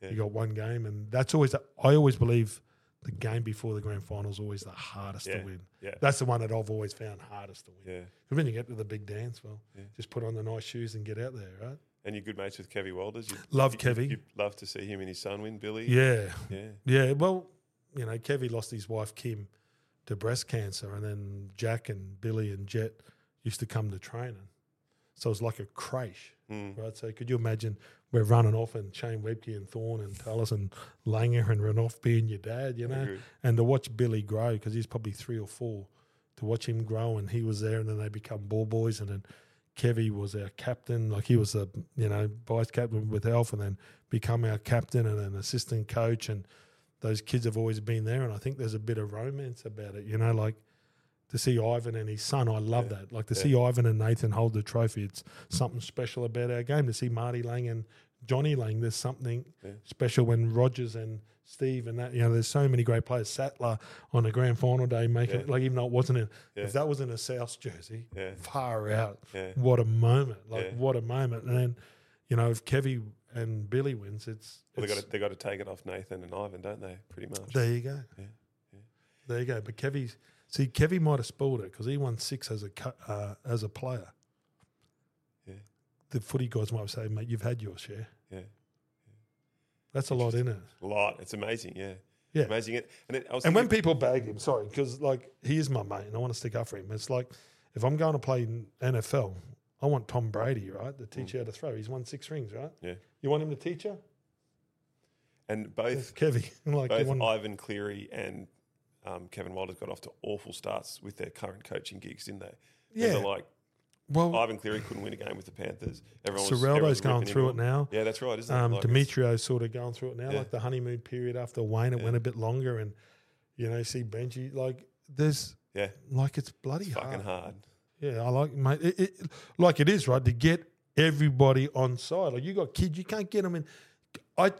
[SPEAKER 1] Yeah.
[SPEAKER 2] you got one game. And that's always, the, I always believe the game before the grand final is always the hardest
[SPEAKER 1] Yeah.
[SPEAKER 2] to win.
[SPEAKER 1] yeah,
[SPEAKER 2] That's the one that I've always found hardest to win.
[SPEAKER 1] yeah.
[SPEAKER 2] And When you get to the big dance, well,
[SPEAKER 1] Yeah.
[SPEAKER 2] just put on the nice shoes and get out there, right?
[SPEAKER 1] And you're good mates with Kevy Welders. You,
[SPEAKER 2] Love
[SPEAKER 1] you-
[SPEAKER 2] Kevy.
[SPEAKER 1] You'd love to see him and his son win, Billy.
[SPEAKER 2] Yeah.
[SPEAKER 1] yeah,
[SPEAKER 2] Yeah. Well, you know, Kevy lost his wife, Kim, to breast cancer. And then Jack and Billy and Jet used to come to training. So it was like a crash, right? So could you imagine we're running off and Shane Webke and Thorne and Tallis and Langer and Renoff being your dad, you know?
[SPEAKER 1] agree.
[SPEAKER 2] And to watch Billy grow, because he's probably three or four, to watch him grow and he was there and then they become ball boys and then Kevy was our captain, like he was a you know vice captain with Alf, and then become our captain and an assistant coach. And those kids have always been there, and I think there's a bit of romance about it, you know, like to see Ivan and his son. I love that. Like to see Ivan and Nathan hold the trophy, it's something special about our game. To see Marty Lang and Johnny Lang, there's something special when Rogers and Steve and that, you know, there's so many great players. Sattler on the grand final day making like even though it wasn't in if that was in a South jersey,
[SPEAKER 1] Yeah.
[SPEAKER 2] far out.
[SPEAKER 1] Yeah.
[SPEAKER 2] What a moment. Like
[SPEAKER 1] Yeah.
[SPEAKER 2] what a moment. And then, you know, if Kevy and Billy wins, it's,
[SPEAKER 1] Well, they
[SPEAKER 2] it's-
[SPEAKER 1] got to, they got to take it off Nathan and Ivan, don't they? Pretty much.
[SPEAKER 2] there you go. There you go. But Kevy, see, Kevy might have spoiled it because he won six as a cu- uh, as a player.
[SPEAKER 1] Yeah.
[SPEAKER 2] The footy guys might say, "Mate, you've had your share."
[SPEAKER 1] yeah,
[SPEAKER 2] That's a lot in it.
[SPEAKER 1] a lot. It's amazing. Yeah,
[SPEAKER 2] Yeah.
[SPEAKER 1] amazing. It and it, I was
[SPEAKER 2] And when
[SPEAKER 1] thinking-
[SPEAKER 2] people bag him, sorry, because like he is my mate, and I want to stick up for him. It's like if I'm going to play in NFL, I want Tom Brady, right, to teach
[SPEAKER 1] Mm.
[SPEAKER 2] you how to throw. He's won six rings, right?
[SPEAKER 1] yeah,
[SPEAKER 2] You want him to teach you?
[SPEAKER 1] and
[SPEAKER 2] It's
[SPEAKER 1] both
[SPEAKER 2] Kevy. like you
[SPEAKER 1] both
[SPEAKER 2] want,
[SPEAKER 1] Ivan Cleary and um, Kevin Wilder's got off to awful starts with their current coaching gigs, didn't they?
[SPEAKER 2] Yeah.
[SPEAKER 1] Remember, like
[SPEAKER 2] well,
[SPEAKER 1] Ivan Cleary couldn't win a game with the Panthers. Everyone was,
[SPEAKER 2] Serraldo's
[SPEAKER 1] everyone was
[SPEAKER 2] going
[SPEAKER 1] ripping
[SPEAKER 2] through
[SPEAKER 1] him
[SPEAKER 2] it
[SPEAKER 1] off.
[SPEAKER 2] now.
[SPEAKER 1] Yeah, that's right, isn't it?
[SPEAKER 2] um,
[SPEAKER 1] Like, it's-
[SPEAKER 2] Demetrio's sort of going through it now,
[SPEAKER 1] Yeah.
[SPEAKER 2] like the honeymoon period after Wayne. It went a bit longer, and you know, you see Benji like there's
[SPEAKER 1] yeah,
[SPEAKER 2] like it's bloody
[SPEAKER 1] fucking
[SPEAKER 2] hard.
[SPEAKER 1] hard.
[SPEAKER 2] Yeah, I like mate, it, it, like it is right to get everybody on side. Like you got kids, you can't get them in. I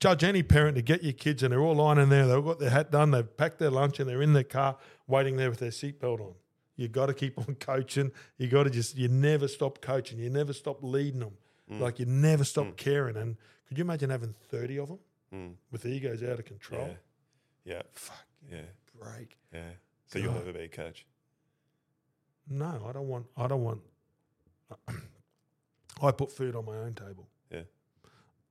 [SPEAKER 2] judge any parent to get your kids, and they're all lining there. They've got their hat done, they've packed their lunch, and they're in their car waiting there with their seatbelt on. You got to keep on coaching. You got to just you never stop coaching. You never stop leading them.
[SPEAKER 1] Mm.
[SPEAKER 2] Like you never stop caring. And could you imagine having thirty of them
[SPEAKER 1] Mm.
[SPEAKER 2] with egos out of control?
[SPEAKER 1] Yeah, yeah,
[SPEAKER 2] Fuck,
[SPEAKER 1] yeah,
[SPEAKER 2] break.
[SPEAKER 1] yeah. So you'll
[SPEAKER 2] God.
[SPEAKER 1] never be a coach.
[SPEAKER 2] No, I don't want. I don't want. I put food on my own table.
[SPEAKER 1] Yeah.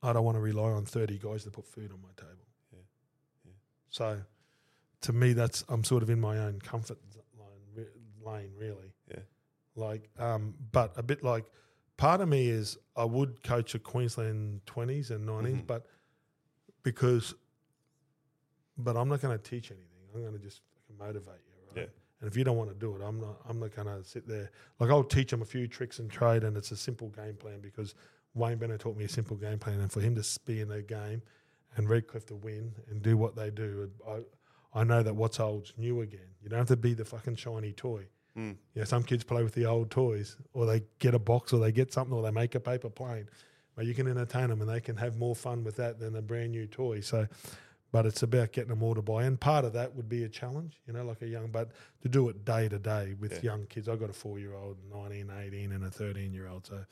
[SPEAKER 2] I don't want to rely on 30 guys to put food on my table.
[SPEAKER 1] Yeah. Yeah.
[SPEAKER 2] So to me, that's, I'm sort of in my own comfort z- line, re- lane, really.
[SPEAKER 1] Yeah.
[SPEAKER 2] Like, um, but a bit like part of me is I would coach a Queensland 20s and 90s,
[SPEAKER 1] Mhm.
[SPEAKER 2] but because, but I'm not going to teach anything. I'm going to just fucking motivate you, right?
[SPEAKER 1] Yeah.
[SPEAKER 2] And if you don't want to do it, I'm not. I'm not going to sit there. Like I'll teach them a few tricks and trade, and it's a simple game plan because Wayne Bennett taught me a simple game plan, and for him to s- be in their game and Redcliffe to win and do what they do, I, I know that what's old's new again. You don't have to be the fucking shiny toy.
[SPEAKER 1] Mm.
[SPEAKER 2] You know, some kids play with the old toys, or they get a box, or they get something, or they make a paper plane. But you can entertain them, and they can have more fun with that than a brand new toy. So, but it's about getting them all to buy in. Part of that would be a challenge, you know, like a young, but to do it day to day with
[SPEAKER 1] Yeah.
[SPEAKER 2] young kids. I've got a four year old, 19, 18, and a 13 year old. So,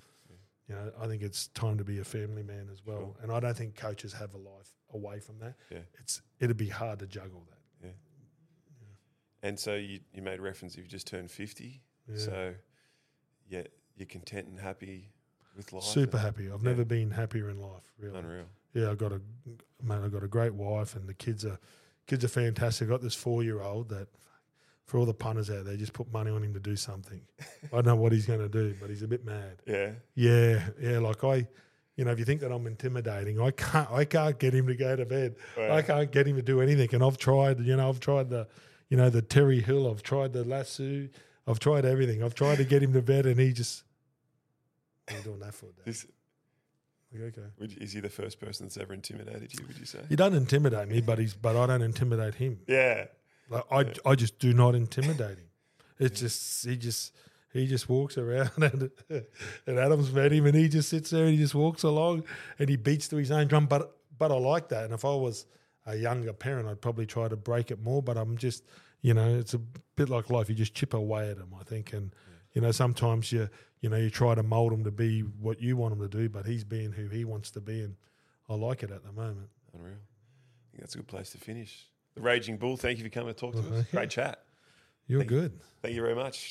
[SPEAKER 2] you know, I think it's time to be a family man as well. And I don't think coaches have a life away from that.
[SPEAKER 1] Yeah.
[SPEAKER 2] It's It'd be hard to juggle that.
[SPEAKER 1] And so you, you made reference, you've just turned 50.
[SPEAKER 2] Yeah.
[SPEAKER 1] So, yeah, you're content and happy with life.
[SPEAKER 2] Super happy. I've
[SPEAKER 1] Yeah.
[SPEAKER 2] never been happier in life, really.
[SPEAKER 1] Unreal.
[SPEAKER 2] yeah, I got a man, I got a great wife, and the kids are kids are fantastic. I got this four year old that, for all the punters out there, just put money on him to do something. I don't know what he's going to do, but he's a bit mad.
[SPEAKER 1] Yeah.
[SPEAKER 2] Yeah, yeah. Like I, you know, if you think that I'm intimidating, I can't. I can't get him to go to bed. I
[SPEAKER 1] Right.
[SPEAKER 2] can't get him to do anything. And I've tried. You know, I've tried the, you know, the Terry Hill. I've tried the lasso. I've tried everything. I've tried to get him to bed, and he just. What are you doing that for? Dad?
[SPEAKER 1] This,
[SPEAKER 2] Like, okay.
[SPEAKER 1] would you- is he the first person that's ever intimidated you, would you say?
[SPEAKER 2] He don't intimidate me, but he's but I don't intimidate him.
[SPEAKER 1] Yeah.
[SPEAKER 2] Like I, I just do not intimidate him. It's just he just he just walks around and and Adam's met him and he just sits there and he just walks along and he beats to his own drum. But but I like that. And if I was a younger parent, I'd probably try to break it more. But I'm just you know it's a bit like life. You just chip away at them, I think. And you know sometimes you you know you try to mold him to be what you want him to do, but he's being who he wants to be. And I like it at the moment.
[SPEAKER 1] Unreal. I think that's a good place to finish. The Raging Bull, thank you for coming to talk to us. Great chat.
[SPEAKER 2] You're good.
[SPEAKER 1] Thank you very much.